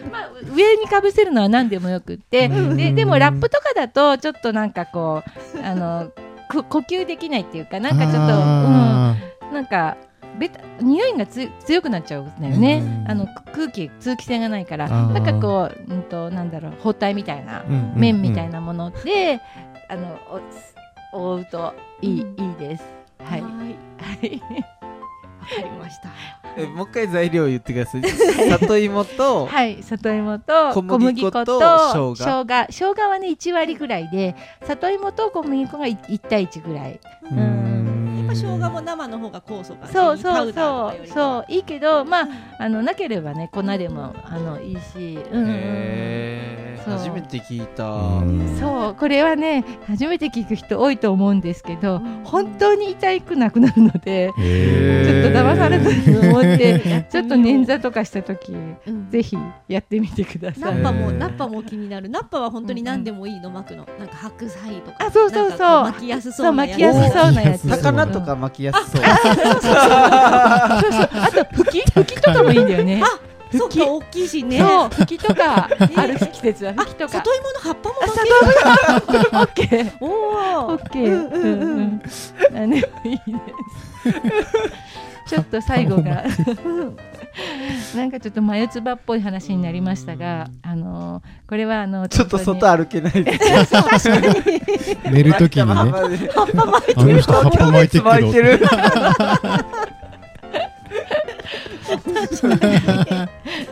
S4: 上にかぶせるのは何でもよくって
S2: うん
S4: ででもラップとかだとちょっとなんかこうあのこ呼吸できないっていうかなんかちょっと、
S2: あー
S4: うん、なんかベタ匂いがつ強くなっちゃうんだよね、
S2: うん
S4: あのく空気通気性がないから
S2: あー
S4: なんかこう、うん、となんだろう包帯みたいな
S2: うんうんうん
S4: 麺みたいなもので、あのお覆うといい,、いいです。はい、
S5: は
S4: は
S5: ーい。
S4: い
S5: わかりました。
S3: えもう一回材料言ってください里芋と
S4: はい、里芋と小
S3: 小麦
S4: 麦
S3: 粉
S4: 粉
S3: と
S4: と
S3: 生姜
S4: 生姜生姜はね1割ぐらいで里芋と小麦粉が1対1ぐらい
S2: うん
S5: やっぱ生姜も生の方が酵素が
S4: そうそ
S5: パウ
S4: う
S5: ダーと
S4: そ
S5: かよ
S4: う
S5: り
S4: そ
S5: も
S4: ういいけどまああのなければね粉でもあのいいし、うんうん
S3: へー
S4: そう
S3: 初めて聞いた
S2: うん
S4: そうこれはね初めて聞く人多いと思うんですけど
S5: ん
S4: 本当に痛くなくなるのでちょっ
S2: へー
S4: と騙されたと思
S5: [laughs]
S4: ってちょっと捻挫とかした時
S5: うん
S4: ぜひやってみてくださ
S5: ナ
S4: い
S5: ッ。パも、
S2: えー
S5: ナッパも気になる。ナッパは本当に何でもいいの巻くの。なんか白菜とか。
S4: あそうそうそう
S5: なんかこ巻きやすそうな
S4: 巻きやすそうなやつ。
S2: そう
S3: 高菜とか巻きやすそ
S4: そ
S3: う
S4: うそうあ [laughs] とふきふきとかもいいんだよね。
S5: おそっ
S4: き
S5: か、大きいしね。
S4: そうふきとか
S5: ー
S4: ある季節はふきとか。
S5: 里芋の葉っぱも
S4: あ
S5: 巻け
S4: 砂
S5: る。
S4: 糖オッケー
S5: お
S4: オ
S5: お。
S4: ッケー。
S5: うんうんうん
S4: ん。何でもいいです。ちょっと最後がなんかちょっと眉唾っぽい話になりましたが、あのーこれはあの
S3: ちょっと
S4: 本当に
S3: 外歩けないです
S2: 寝るときにね
S3: 葉っ
S2: あ
S3: ぱで
S2: の人葉っぱ巻いてる
S3: 巻いてる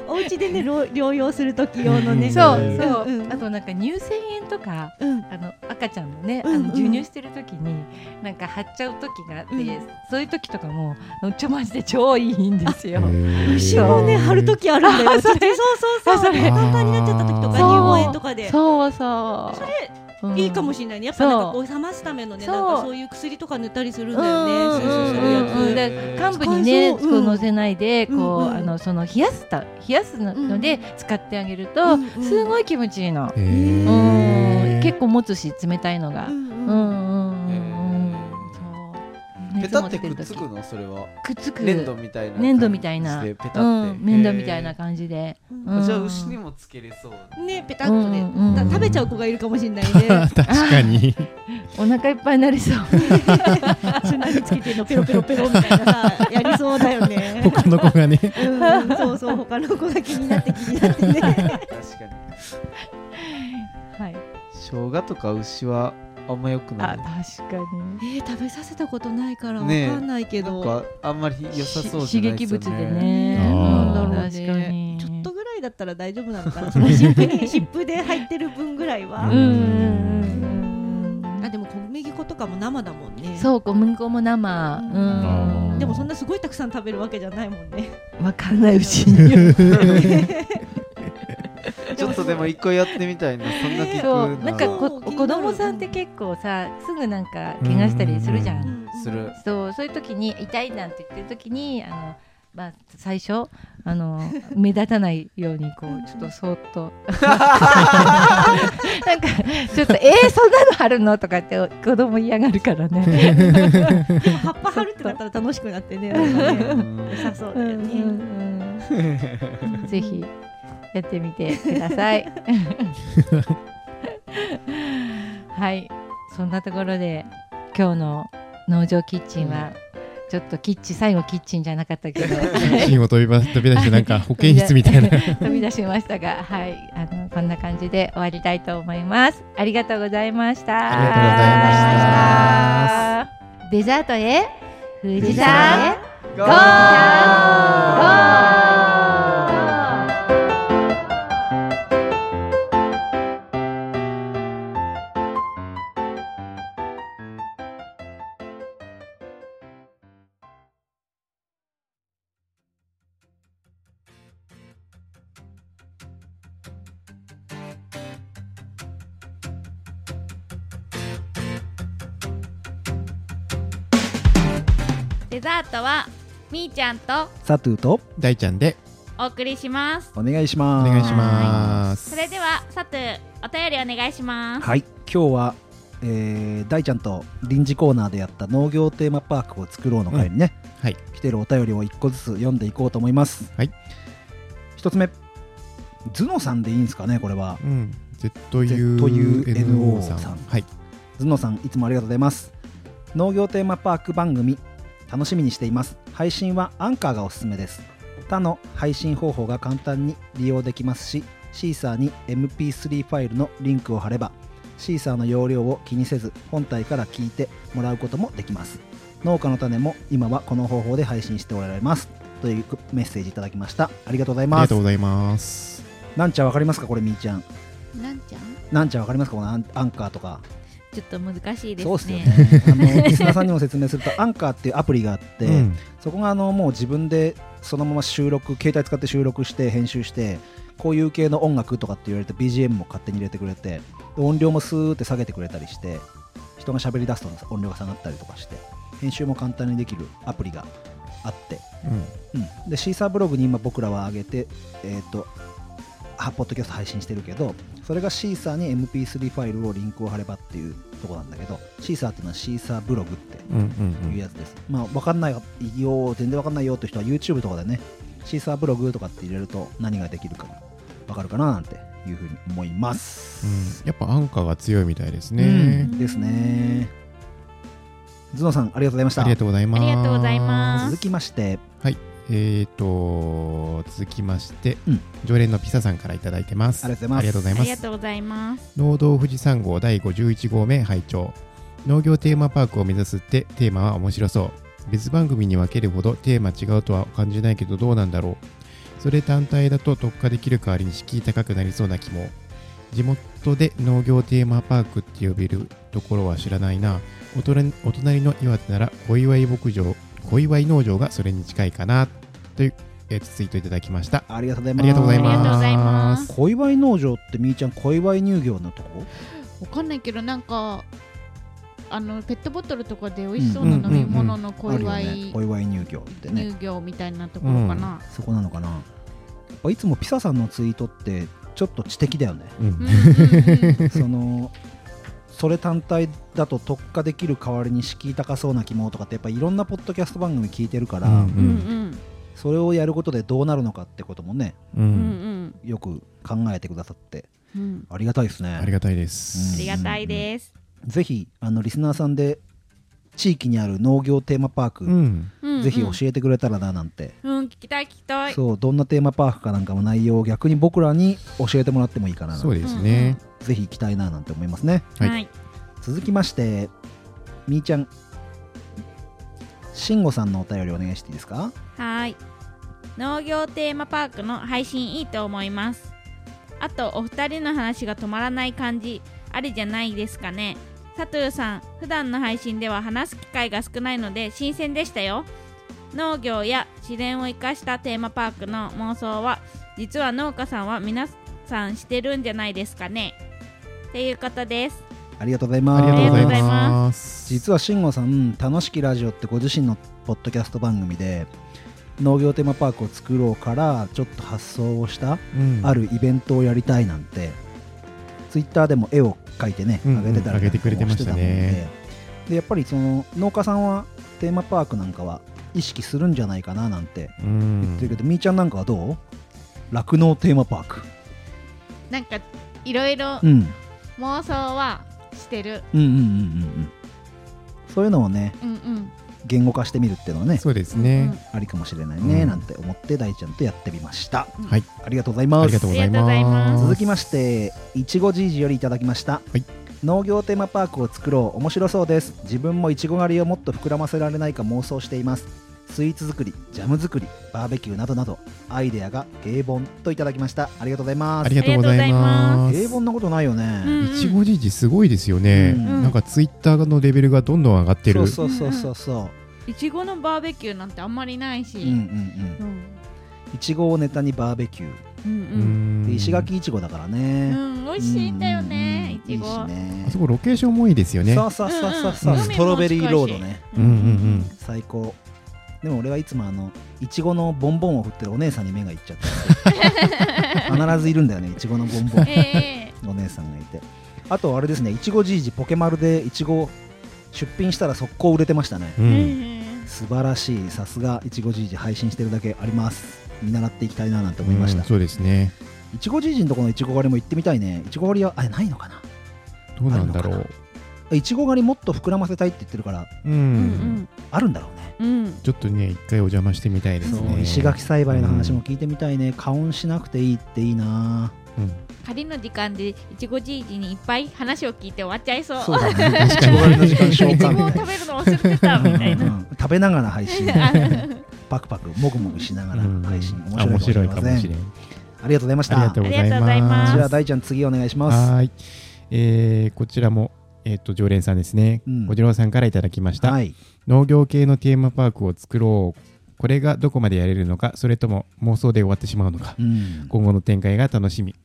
S5: お家でね、療療養する時用のね。
S4: そうそう、
S5: うんうん
S4: あとなんか乳腺炎とか、
S5: うん
S4: あの赤ちゃんのね、
S5: うんうん
S4: あの授乳してる時になんか張っちゃう時があって、
S5: うん
S4: そういう時とかもあのちょマジで超いいんですよ。
S5: 後ろをね、貼る時あるんだよ。
S4: あそれ
S5: うちそうそうそ。
S4: あそうれ
S5: パンパンになっちゃった時
S4: そ
S5: とか、
S4: う
S5: 乳房炎とかで。
S4: そうそう。うん
S5: いいかもしれないね。やっぱなんかこう冷ますためのね、
S4: そう
S5: なんかそういう薬とか塗ったりするんだよ
S4: う
S5: ね。
S4: ん
S5: そうそうそう
S4: うんうんうん
S5: や
S4: だ
S5: つ。
S4: から幹部にね、
S5: 使えそう
S4: こ
S5: うん
S4: う乗せないで、こう、
S5: うんうん
S4: あのその冷やすた冷やすので使ってあげると、
S5: うんうん
S4: すごい気持ちいいの。
S2: へ
S4: うん、
S2: ー
S4: 結構持つし冷たいのが。
S5: うん
S4: う
S5: うん
S4: んうんうんうん。そう。
S3: ペタって
S4: 熱持
S3: く
S4: る
S3: っ
S4: 時
S3: つくのそれは
S4: くっつく
S3: 粘土みたいな
S4: 粘土みたいな
S3: 感じでペタって
S4: うん、粘土みたいな
S3: へ
S4: 感じで、
S5: うん
S3: ー
S4: うん
S3: じゃあ牛にもつけれそう
S5: ね、ペタッとね、
S4: うんうんうん
S5: だ食べちゃう子がいるかもしれないね。
S2: [laughs] 確かに
S4: お腹いっぱいになり
S5: [laughs]
S4: そう
S5: 砂につけてんのペロペロペロみたいなさ、やりそうだよね。
S2: 他の子がね
S5: うん、そうそう、他の子が気になって気になってね。
S3: 確かに
S4: はい
S3: 生姜とか牛はあんま良くな
S4: あ
S3: い
S4: 確か
S5: えー、食べさせたことないからわか
S3: ねえ
S5: んないけ
S3: な
S5: ど、
S3: んかあんまり良さそう
S4: に
S3: じ
S4: 刺
S3: ゃない
S4: 激
S3: ですよ
S4: 物
S3: ね
S4: でね
S2: あー
S4: うん
S5: なんだろう
S4: 確
S5: ね
S4: かに
S5: ちょっとぐらいだったら大丈夫なのかな。その湿布に湿布で入ってる分ぐらいは。
S4: うんうんうんうん
S5: あ、でも小麦粉とかも生だもんね。
S4: そう小麦粉も生
S5: うん
S4: うん
S5: でもそんなすごいたくさん食べるわけじゃないもんね。
S4: わかんないうちに
S3: ちょっとでも一回やってみたいなそんな気
S4: そ
S3: く
S4: うなんか
S5: そう
S4: こ
S5: 気になる
S4: 子供さんって結構さすぐなんか怪我したりするじゃ
S5: うんん
S3: する
S4: そうそういう時に痛いなんて言ってる時にあの、まあ、最初あの目立たないようにこうちょっとそーっとなんかちょっと「えー、そんなのあるの?」とかって子供嫌がるからね。
S5: でも葉っぱ張るってなったら楽しくなってねなんかね良さそうだよ
S4: うん
S5: ね
S4: うんうんぜひやってみてください。はい、そんなところで今日の農場キッチンは、ちょっとキッチン最後キッチンじゃなかったけど
S2: 芯を飛びば飛び出してなんか保健室みたいな
S4: 飛び出しましたが、はい、あのこんな感じで終わりたいと思います。ありがとうございました。
S2: ありがとうございま
S4: した。デザートへ富士山へ
S3: ゴ
S4: ゴー
S8: デザートはみーちゃんと
S1: サトゥーと
S2: 大ちゃんで
S8: お送りします
S1: お願いしま
S2: お
S1: す。
S2: 願いします
S8: それではさてお便りお願いします
S1: はい、今日は、えー大ちゃんと臨時コーナーでやった農業テーマパークを作ろうの会にね、
S2: うんはい
S1: 来てるお便りを一個ずつ読んでいこうと思います。
S2: はい、
S1: 一つ目、頭脳さんでいいんですかね、これは。
S2: うん、ZUNO さ
S1: ZUNO
S2: ん
S1: さん
S2: はい
S1: 頭脳さん、いつもありがとうございます。農業テーマパーク番組、楽しみにしています。配信はアンカーがおすすめです。他の配信方法が簡単に利用できますし、シーサーに MP3 ファイルのリンクを貼れば、シーサーの容量を気にせず、本体から聞いてもらうこともできます。農家の種も今はこの方法で配信しておられます。というメッセージいただきました。ありがとうござい
S2: あり
S1: ま
S2: が
S1: す
S2: とう。ございます
S1: なんちゃんわかりますかこれ、みーちゃん。
S8: なんちゃん
S1: なんちゃんわかりますかこのアンアンカーとか。
S8: ちょっと難しいですね
S1: そうっすよね。あ
S8: [laughs]
S1: のリスナーさんにも説明すると、アンカーっていうアプリがあって、
S2: うん
S1: そこがあのもう自分でそのまま収録、携帯使って収録して編集して、こういう系の音楽とかって言われて BGM も勝手に入れてくれて、で音量もスーって下げてくれたりして、人が喋り出すと音量が下がったりとかして、編集も簡単にできるアプリがあって、
S2: うん
S1: うん、でシーサーブログに今僕らは上げて、えー、とはポッドキャスト配信してるけどそれがシーサーに MP3 ファイルをリンクを貼ればっていうとこなんだけどシーサーっていうのはシーサーブログって
S2: うんうん
S1: いうやつです、まあ分かんないよ全然分かんないよって人は YouTube とかでねシーサーブログとかって入れると何ができるか分かるかななんていうふうに思います、
S2: うんやっぱアンカーが強いみたいですね、
S1: ですねズノさんありがとうございました
S2: ありがとうございます
S8: ありがとうございます
S1: 続きまして
S2: えーと続きまして、
S1: うん
S2: 常連のピサさんからいただいてます
S1: ありがとうございます
S2: ありがとうござい
S8: あ
S2: ま
S8: りが
S2: す
S8: とうございます
S2: 農道富士山号第51号目拝聴農業テーマパークを目指すってテーマは面白そう別番組に分けるほどテーマ違うとは感じないけどどうなんだろうそれ単体だと特化できる代わりに敷居高くなりそうな気も地元で農業テーマパークって呼べるところは知らないなおとらお隣の岩手なら小祝牧場小祝農場がそれに近いかなというえーツイートいただきました
S1: ありがとうござい
S2: あ
S1: ます
S2: りがとうござい
S8: ありがとうござい
S2: ま
S8: ますす
S1: 小祝農場ってみーちゃん小祝乳業のとこ
S8: わかんないけどなんかあのペットボトルとかで美味しそうな
S2: うん
S8: 飲み物の小
S1: あ
S8: 祝
S1: るよね
S8: い
S1: 小祝乳業ってね
S8: 乳業みたいなところかな、
S1: そこなのかなやっぱいつもピサさんのツイートってちょっと知的だ
S2: [laughs]
S1: よね
S2: うん
S8: うんうんうん
S1: そのそれ単体だと特化できる代わりに敷居高そうな気もとかってやっぱいろんなポッドキャスト番組聞いてるから、
S2: うん
S8: うんうん
S1: それをやることでどうなるのかってこともね
S2: う
S8: うんうんん
S1: よく考えてくださって
S8: うん
S1: ありがたいですね
S2: ありがたいです
S8: ありがたいです
S1: ぜひあのリスナーさんで地域にある農業テーマパーク、
S2: うん
S1: ぜひ教
S8: し
S1: えてくれたらななんて
S8: うん聞きたい聞きたい
S1: そうどんなテーマパークかなんかも内容を逆に僕らに教えてもらってもいいかな
S2: そうですね。
S1: ぜひ行きたいななんて思いますね
S2: はい
S8: はい
S1: 続きましてみーちゃんしんごさんのお便りお願いしていいですか
S8: はい農業テーマパークの配信いいと思いますあとお二人の話が止まらない感じありじゃないですかね佐藤さん普段の配信では話す機会が少ないので新鮮でしたよ農業や自然を生かしたテーマパークの妄想は実は農家さんは皆さんしてるんじゃないですかねっていうことです
S1: ありがとうございます
S2: ありがとうござい
S8: ありがとうござ
S2: ま。
S8: います
S1: 実は慎吾さん「楽しきラジオ」ってご自身のポッドキャスト番組で農業テーマパークを作ろうからちょっと発想をした
S2: うん
S1: あるイベントをやりたいなんて、ツイッターでも絵を描いてね、
S2: うんうん
S1: あげてたり
S2: 上げてくれてまし
S1: してた
S2: たね
S1: もんででやっぱりその農家さんはテーマパークなんかは意識するんじゃないかななんて
S2: うん
S1: 言ってるけど、みーちゃんなんかはどう酪農テーマパーク、
S8: なんかいろいろ
S1: うん、うん
S8: 妄想はしてる
S1: うんうんうんうんそういうのをね
S8: うんうん
S1: 言語化してみるっていうのはね
S2: そうですね。
S1: ありかもしれないね
S2: うん
S1: なんて思って大ちゃんとやってみました、
S2: はい
S1: ありがとうございます
S2: ありがとうございます。
S1: 続きましていちごじいじよりいただきました、
S2: はい
S1: 農業テーマパークを作ろう面白そうです自分もいちご狩りをもっと膨らませられないか妄想していますスイーツ作りジャム作りバーベキューなどなどアイデアが平凡といただきましたありがとうございます
S2: ありがとうございます。
S1: 平凡なことないよね、
S8: うん
S2: いちごじいじすごいですよね、
S1: うん
S2: なんかツイッターのレベルがどんどん上がってる
S1: そうそうそうそうそ、
S8: いちごのバーベキューなんてあんまりないうし、
S1: うんうんうん
S8: うん
S1: いちごをネタにバーベキュー
S8: う
S2: うー
S8: ん
S2: ん
S1: で石垣いちごだから
S8: う
S1: ね、
S8: ん、美味しいんだよね、
S1: うん
S8: いちご。
S1: いしね
S2: あそこロケーションもいいですよね
S1: そうそうそうそうそう、
S2: うんうん
S1: ストロベリーロードね
S2: うんうん
S1: 最高でも俺はいつもあのいちごのボンボンを振ってるお姉さんに目がいっちゃっ
S8: [laughs]
S1: て必ずいるんだよねいちごのボンボン
S8: ええ
S1: お姉さんがいてあとあれですねいちごじいじポケマルでいちご出品したら速攻売れてましたね
S2: うん、うん
S1: 素晴らしいさすがいちごじいじ配信してるだけあります見習っていきたいななんて思いました
S2: うんそうですね
S1: いちごじいじのとこのいちご狩りも行ってみたいねいちご狩りはあないのかな
S2: どうなんだろ
S1: ある
S2: う
S1: のいちご狩りもっと膨らませたいって言ってるから
S2: うん、
S8: うん
S1: あるんだろうね
S8: うんうん
S2: ちょっとね一回お邪魔してみたいです
S1: そう
S2: ね
S1: 石垣栽培の話も聞いてみたいね、加温しなくていいっていいな
S2: うん
S8: 仮の時間でいちごじいじにいっぱい話を聞いて終わっちゃいそう。
S1: そうだね
S2: 確かに
S1: いちご狩りの時間召
S8: いちごを
S1: 喚
S8: [laughs] 食べるの忘れてたみたいな。
S1: 食べながら配信
S8: [laughs] あ
S1: パクパクもぐもぐしながら
S2: うん
S1: 配信、
S2: あ面
S1: 面白
S2: 白
S1: い
S2: い
S1: か
S2: か
S1: もしれ
S2: も
S1: ませ
S2: し
S1: ん
S2: れん
S1: ありがとうございまし
S2: ありが
S1: た
S2: とうござ
S8: あ
S2: い
S8: りがとうござい
S2: ま
S8: ますす
S1: じゃあ大ちゃん次お願いします
S2: はーい、えーこちらもえっ、と常連さんですね、
S1: うん
S2: 小次郎さんからいただきました、
S1: はい
S2: 農業系のテーマパークを作ろうこれがどこまでやれるのかそれとも妄想で終わってしまうのか
S1: うん
S2: 今後の展開が楽しみ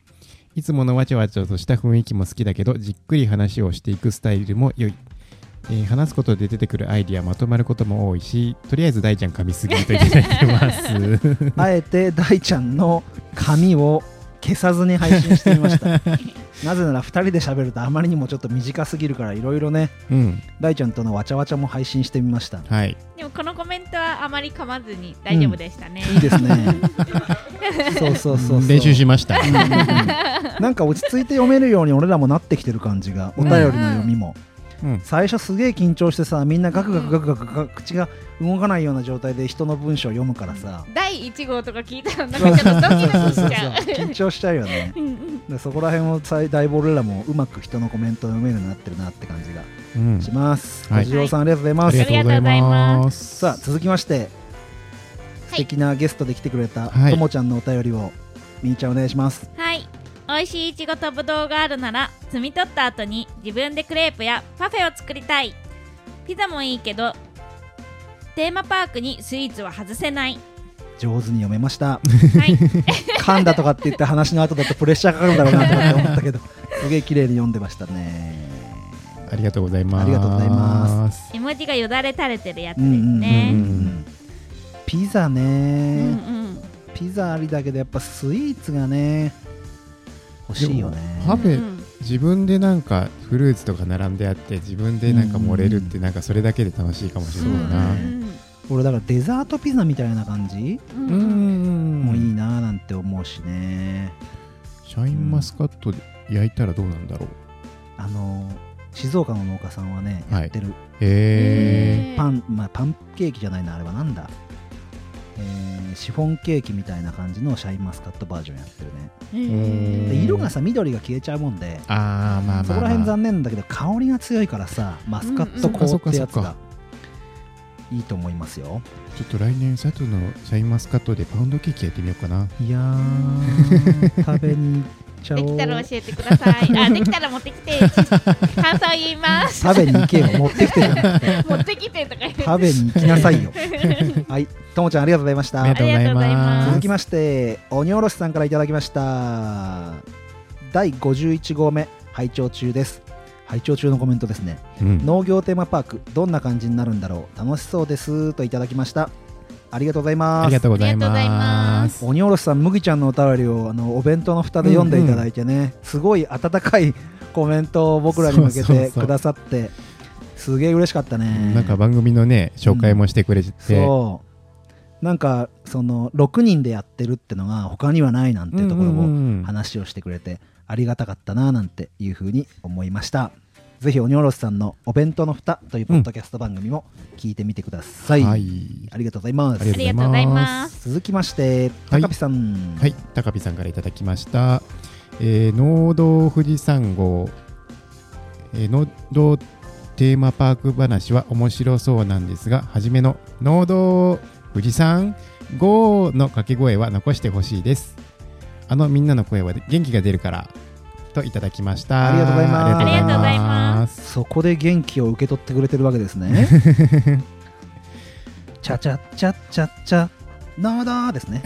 S2: いつものわちゃわちゃとした雰囲気も好きだけどじっくり話をしていくスタイルも良い、えー話すことで出てくるアイディアまとまることも多いしとりあえず大ちゃん噛みすぎといただいてます
S1: [laughs] あえて大ちゃんの髪を消さずに配信してみま
S2: [laughs]
S1: したなぜなら2人で喋るとあまりにもちょっと短すぎるからいろいろね
S2: うん
S1: 大ちゃんとのわちゃわちゃも配信してみました
S2: はい
S8: でもこのコメントはあまり噛まずに大丈夫でしたね。
S1: いいです [laughs] ねそうそうそうそう
S2: 練
S1: [laughs]
S2: 習しました
S1: うんうんうんなんか落ち着いて読めるように俺らもなってきてる感じがお便りの読みも、
S2: うん
S1: 最初すげえ緊張してさみんなガクガクガクガクガク口が動かないような状態で人の文章を読むからさ
S8: [laughs] 第1号とか聞いたらなんかちょっとドキドキしちゃう。
S1: 緊張しちゃうよね
S8: [laughs] うんうん
S1: でそこら辺をさいだいぶ俺らもうまく人のコメントを読めるようになってるなって感じが
S2: うん
S1: します、
S2: はい
S1: お嬢さんありがとうござい
S2: あ
S1: ます、
S2: りがとうございます
S1: さあ続きまして
S8: い
S1: 素敵なゲストで来てくれた
S2: はい
S1: ともちゃんのお便りをみーちゃんお願いします
S8: はい。美味しいイチゴとぶどうがあるなら、摘み取った後に自分でクレープやパフェを作りたい。ピザもいいけど、テーマパークにスイーツは外
S1: [laughs]
S8: せない。
S1: 上手に読めました [laughs]
S8: はい。
S1: 噛んだとかって言って話の後だとプレッシャーかかるんだろうなとかって思ったけ [laughs] どすげえ綺麗に読んでましたね
S2: ありがとうございます
S1: ありがとうございます
S8: 絵文字がよだれ垂れてるや
S1: う
S8: つで
S1: んう
S8: す
S1: ん
S8: ね。
S1: うんうんピザね、
S8: うんうん
S1: ピザありだけどやっぱスイーツがね欲しいよね
S2: でもパフ
S8: う
S2: ェ
S8: ん
S2: 自分でなんかフルーツとか並んであって自分でなんか盛れるってなんかそれだけで楽しいかもしれ
S8: う
S2: ない
S8: ん
S2: な
S1: 俺だからデザートピザみたいな感じ
S8: うん
S2: う
S8: う
S2: ん
S8: ん
S1: もいいなーなんて思うしね
S2: シャインマスカットで焼いたらどうなんだろう
S1: あのー静岡の農家さんはね
S2: はい
S1: やってる、
S2: へえ
S1: パン、まあ、パンケーキじゃないなあれはなんだえーシフォンケーキみたいな感じのシャインマスカットバージョンやってるねで
S2: うん
S1: 色がさ緑が消えちゃうもんで
S2: ああまあまあ、まあ、
S1: そこら辺残念だけど香りが強いからさマスカット
S2: うんうんそっ
S1: 香
S2: か
S1: って
S2: そっか
S1: や
S2: そっか
S1: つがいいと思いますよ
S2: ちょっと来年佐藤のシャインマスカットでパウンドケーキやってみようかない
S1: やー [laughs] 食べに行っちゃ
S8: で
S1: お
S8: きた
S1: う
S8: ら教えてください。あ、できたら持ってき
S1: [laughs]
S8: て。感想言います。
S1: 食べに行けよ持ってきてじゃなくて
S8: 持ってきてとか言って。
S1: 食べに行きなさいよはいともちゃんありがとうございまし
S2: ありが
S1: た
S2: とうござい
S8: あ
S2: ま
S1: 続
S2: す
S1: きまして鬼おろしさんからいただきました第51号目拝聴中です拝聴中のコメントですね、
S2: うん
S1: 農業テーマパークどんな感じになるんだろう楽しそうですといただきましたありがとうございます
S2: ありがとうござい
S8: ありがとうござい
S2: ま。
S8: ます
S1: 鬼おろしさん麦ちゃんのお便りをあのお弁当の蓋で読んでいただいてね、すごい温かいコメントを僕らに向け
S2: そうそう
S1: て
S2: そう
S1: くださってすげえ嬉しかったね
S2: なんか番組のね紹介もしてくれて、
S1: そうなんかその6人でやってるってのが他にはないなんてところ
S2: うん
S1: も
S2: うんうん
S1: 話をしてくれてありがたかったななんていうふうに思いましたぜひ鬼おろしさんの「お弁当の蓋というポッドキャスト番組も聞いてみてください、
S2: はい、
S1: ありがとうございま
S2: あり
S1: す
S8: ありがとうございます。
S1: 続きまして
S2: はい
S1: 高飛さん、
S2: はい、高飛さんからいただきました。えー農道富士山号、えー農道テーマパーク話は面白そうなんですが、初めの農道富士山号の掛け声は残してほしいです。あのみんなの声は元気が出るからといただきました。
S1: ありがとうございます
S2: ありがとうございます。
S1: そこで元気を受け取ってくれてるわけです
S2: [laughs]
S1: ね。チャチャチャチャチャなーだーですね。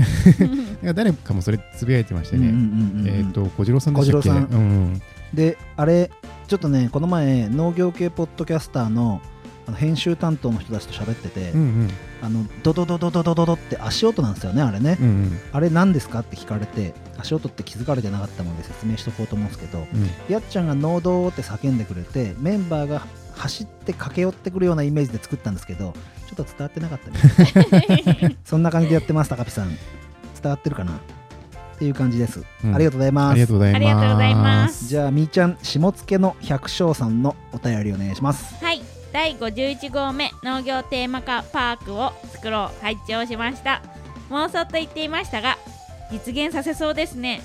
S2: なんか誰かもそれつぶやいてました
S1: うん
S2: よ
S1: うん
S2: ね。
S1: うんうん
S2: えっ、と小次郎さんでしたっけ？
S1: 小次郎さ
S2: うん
S1: であれちょっとねこの前農業系ポッドキャスターのあの編集担当の人たちと喋ってて、
S2: うんうん
S1: あのドドドドドドドドって足音なんですよねあれね、
S2: うんうん
S1: あれ何ですかって聞かれて足音って気づかれてなかったもんで説明しとこうと思うんですけど
S2: うん。
S1: やっちゃんが農道って叫んでくれてメンバーが走って駆け寄ってくるようなイメージで作ったんですけどちょっと伝わってなかったみたいそんな感じでやってます高ピさん伝わってるかなっていう感じです、
S2: うん
S1: ありがとうございます
S2: ありがとうござい
S8: あ
S2: ます。
S8: りがとうございます。
S1: じゃあみーちゃん下野の百姓さんのお便りお願いします
S8: はい、第51号目農業テーマ化パークを作ろう拝聴しました妄想と言っていましたが実現させそうですね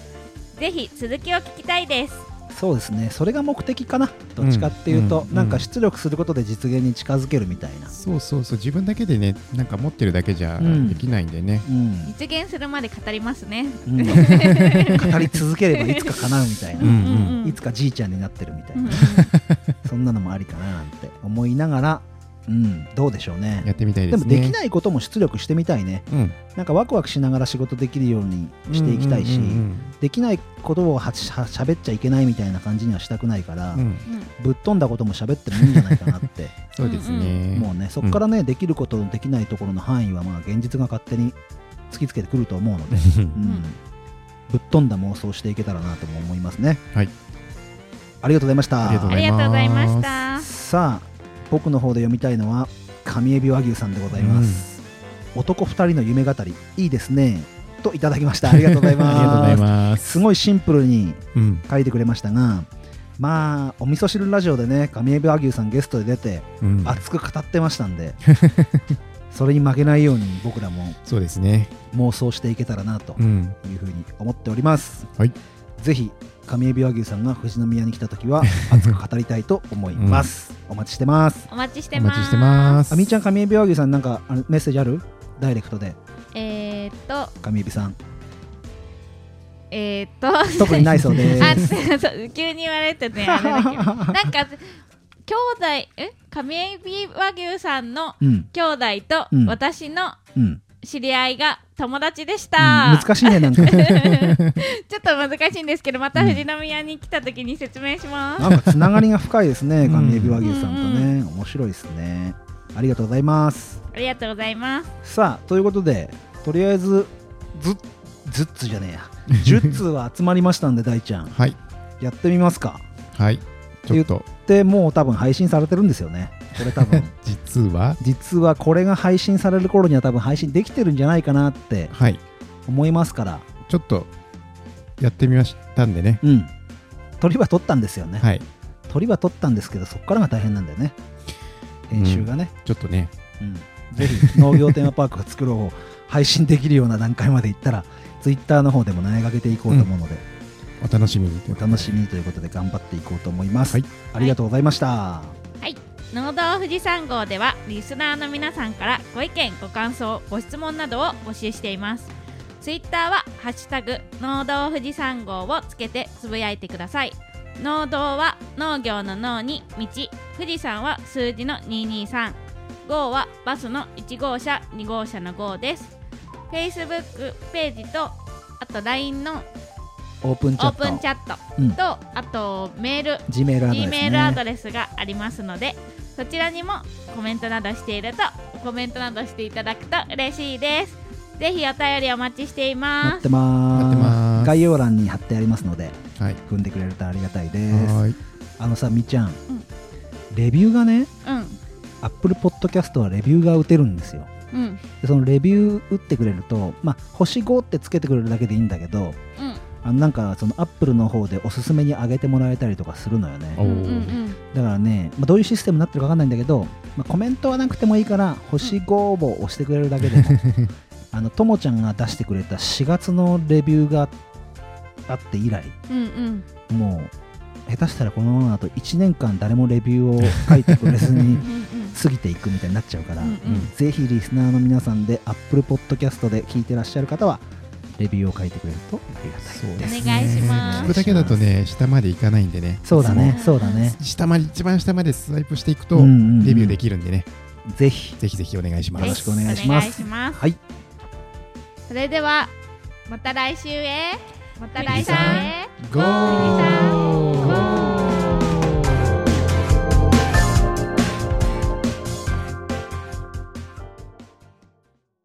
S8: ぜひ続きを聞きたいです
S1: そうですねそれが目的かなどっちかっていうと、
S2: うんうん
S1: なんか出力することで実現に近づけるみたいな
S2: そうそうそう自分だけでねなんか持ってるだけじゃ
S1: うん
S2: できないんでね、
S1: うん、
S8: 実現するまで語りますね
S1: うん、
S2: [laughs]
S1: 語り続ければいつか叶うみたいな、
S2: うん
S8: うん
S1: いつかじいちゃんになってるみたいな、
S8: うんうん
S1: そんなのもありかななんて思いながら、うん、どうでしょうね。
S2: やってみたい
S1: で
S2: です
S1: も
S2: ね
S1: できないことも出力してみたいね。
S2: うん
S1: なんかワクワクしながら仕事できるようにしていきたいし、
S2: うんうん
S1: できないことをはしゃ喋っちゃいけないみたいな感じにはしたくないから、
S2: うんうん
S8: うん
S1: ぶっ飛んだことも喋ってもいいんじゃないかなって、
S2: そうですね、
S1: もうね、そこからね、できること、できないところの範囲は、まあ、現実が勝手に突きつけてくると思うので、うん
S8: ん
S1: ぶっ飛んだ妄想していけたらなとも思いますね。
S2: はい
S1: ありがとうございました。
S2: ありがとうございます
S8: ありがとうございました
S1: さあ僕の方で読みたいのは神エビ和牛さんでございます、男2人の夢語りいいですねといただきましたありがとうござい
S2: ありがとうござ
S1: ま
S2: い
S1: す
S2: ます
S1: すごいシンプルに
S2: うん
S1: 書いてくれましたがまあお味噌汁ラジオでね神エビ和牛さんゲストで出て
S2: うん
S1: 熱く語ってました
S2: [laughs]
S1: んでそれに負けないように僕らも
S2: そうですね
S1: 妄想していけたらなと
S2: うん
S1: いうふうに思っております、
S2: はい
S1: ぜひ神エビ和牛さんが富士宮に来た時
S2: [laughs]
S1: は熱く語りたいと思います、お待ちしてます
S8: お待ちして
S2: お
S8: ま
S2: 待
S8: す
S2: ちしてます
S1: あみーちゃん、神エビ和牛さん、なんかあのメッセージあるダイレクトで、
S8: えー、っと
S1: 神エビさん。
S8: えー、っと
S1: 特にないそう
S8: [laughs]
S1: で
S8: あ
S1: す。
S8: そう急に言われてねあれ
S1: [laughs]
S8: だけどなんか兄弟え神エビ和牛さんの
S1: うん、
S8: 兄弟と
S1: うん
S8: 私の
S1: うん、
S8: 知り合いが友達でした、
S1: 難しいね、なん
S2: [laughs]
S1: か。
S8: [laughs] ちょっと難しいんですけどまた富士宮に来た時に説明します、
S1: なんかつながりが深いですね、
S2: うん
S1: 神エビ和牛さんとね、面白いですね。ありがとうございます。
S8: ありがとうございます
S1: さあ、ということで、とりあえず、ず、ずっつじゃねえや。10通は集まりましたんで、大ちゃん、
S2: はい
S1: やってみますか。
S2: はいちょっと
S1: で、もう多分配信されてるんですよね。これ多分。
S2: 実は
S1: 実はこれが配信される頃には多分配信できてるんじゃないかなって
S2: はい
S1: 思いますから、
S2: ちょっとやってみましたんでね
S1: うん、鳥は取ったんですよね、
S2: はい
S1: 鳥は取ったんですけどそこからが大変なんだよね編集がね、
S2: ちょっとね
S1: うんぜひ農業テーマパークを作ろうを配信できるような段階までいったらツイッターの方でも投げかけていこうと思うので、
S2: お楽しみに
S1: お楽しみにということで頑張っていこうと思います、
S2: はい
S1: ありがとうございました、
S8: 農道富士山号ではリスナーの皆さんからご意見ご感想ご質問などを募集していますツイッターは「ハッシュタグ農道富士山号」をつけてつぶやいてください農道は農業の農に道富士山は数字の223号はバスの1号車2号車の号です Facebook ページとあと LINE の
S1: オープン
S8: オ
S1: チャッ
S8: ー
S1: ト
S8: プンチャット
S1: うん
S8: と、あとメール
S1: G メールアドレス、ね、
S8: G メールアドレスがありますのでそちらにもコメントなどしているとコメントなどしていただくと嬉しいですぜひお便りお待ちしてい
S1: 待
S8: ま
S1: っ
S8: す
S1: てま
S2: 待
S1: ー
S2: っ
S1: す
S2: てます
S1: 概要欄に貼ってありますので
S2: はい
S1: 踏んでくれるとありがたいです
S2: はーい
S1: あのさみーちゃん、レビューがね
S8: うん
S1: アップルポッドキャストはレビューが打てるんですよ
S8: うん
S1: でそのレビュー打ってくれると、まあ、星5ってつけてくれるだけでいいんだけど
S8: うん
S1: あのなんかそのアップルの方でおすすめに上げてもらえたりとかするのよね
S2: おー
S8: うんうん
S1: だからね、まあ、どういうシステムになってるかわかんないんだけど、まあ、コメントはなくてもいいから星5を押してくれるだけでもあのともちゃんが出してくれた4月のレビューがあって以来
S8: うんうん
S1: もう下手したらこのままだと1年間誰もレビューを書いてくれず
S8: [laughs]
S1: に過ぎていくみたいになっちゃうから、
S8: うんうん
S1: ぜひリスナーの皆さんで Apple Podcast で聞いてらっしゃる方はレビューを書いてくれるとありがたい
S8: で
S1: ですす。
S8: ねお願いします
S2: 聞くだけだとね下まで行かないんでね
S1: そうだね、
S8: うん
S1: そうだね。
S2: 下まで一番下までスワイプしていくと
S1: うんうんうん
S2: レビューできるんでね
S1: ぜひ
S2: ぜひぜひお願いしま
S1: よろ
S2: す
S1: しくお願いします
S8: お願いします
S1: はい
S8: それではまた来週へまた来
S2: 富
S8: 週
S2: 士山
S8: へ
S2: ゴー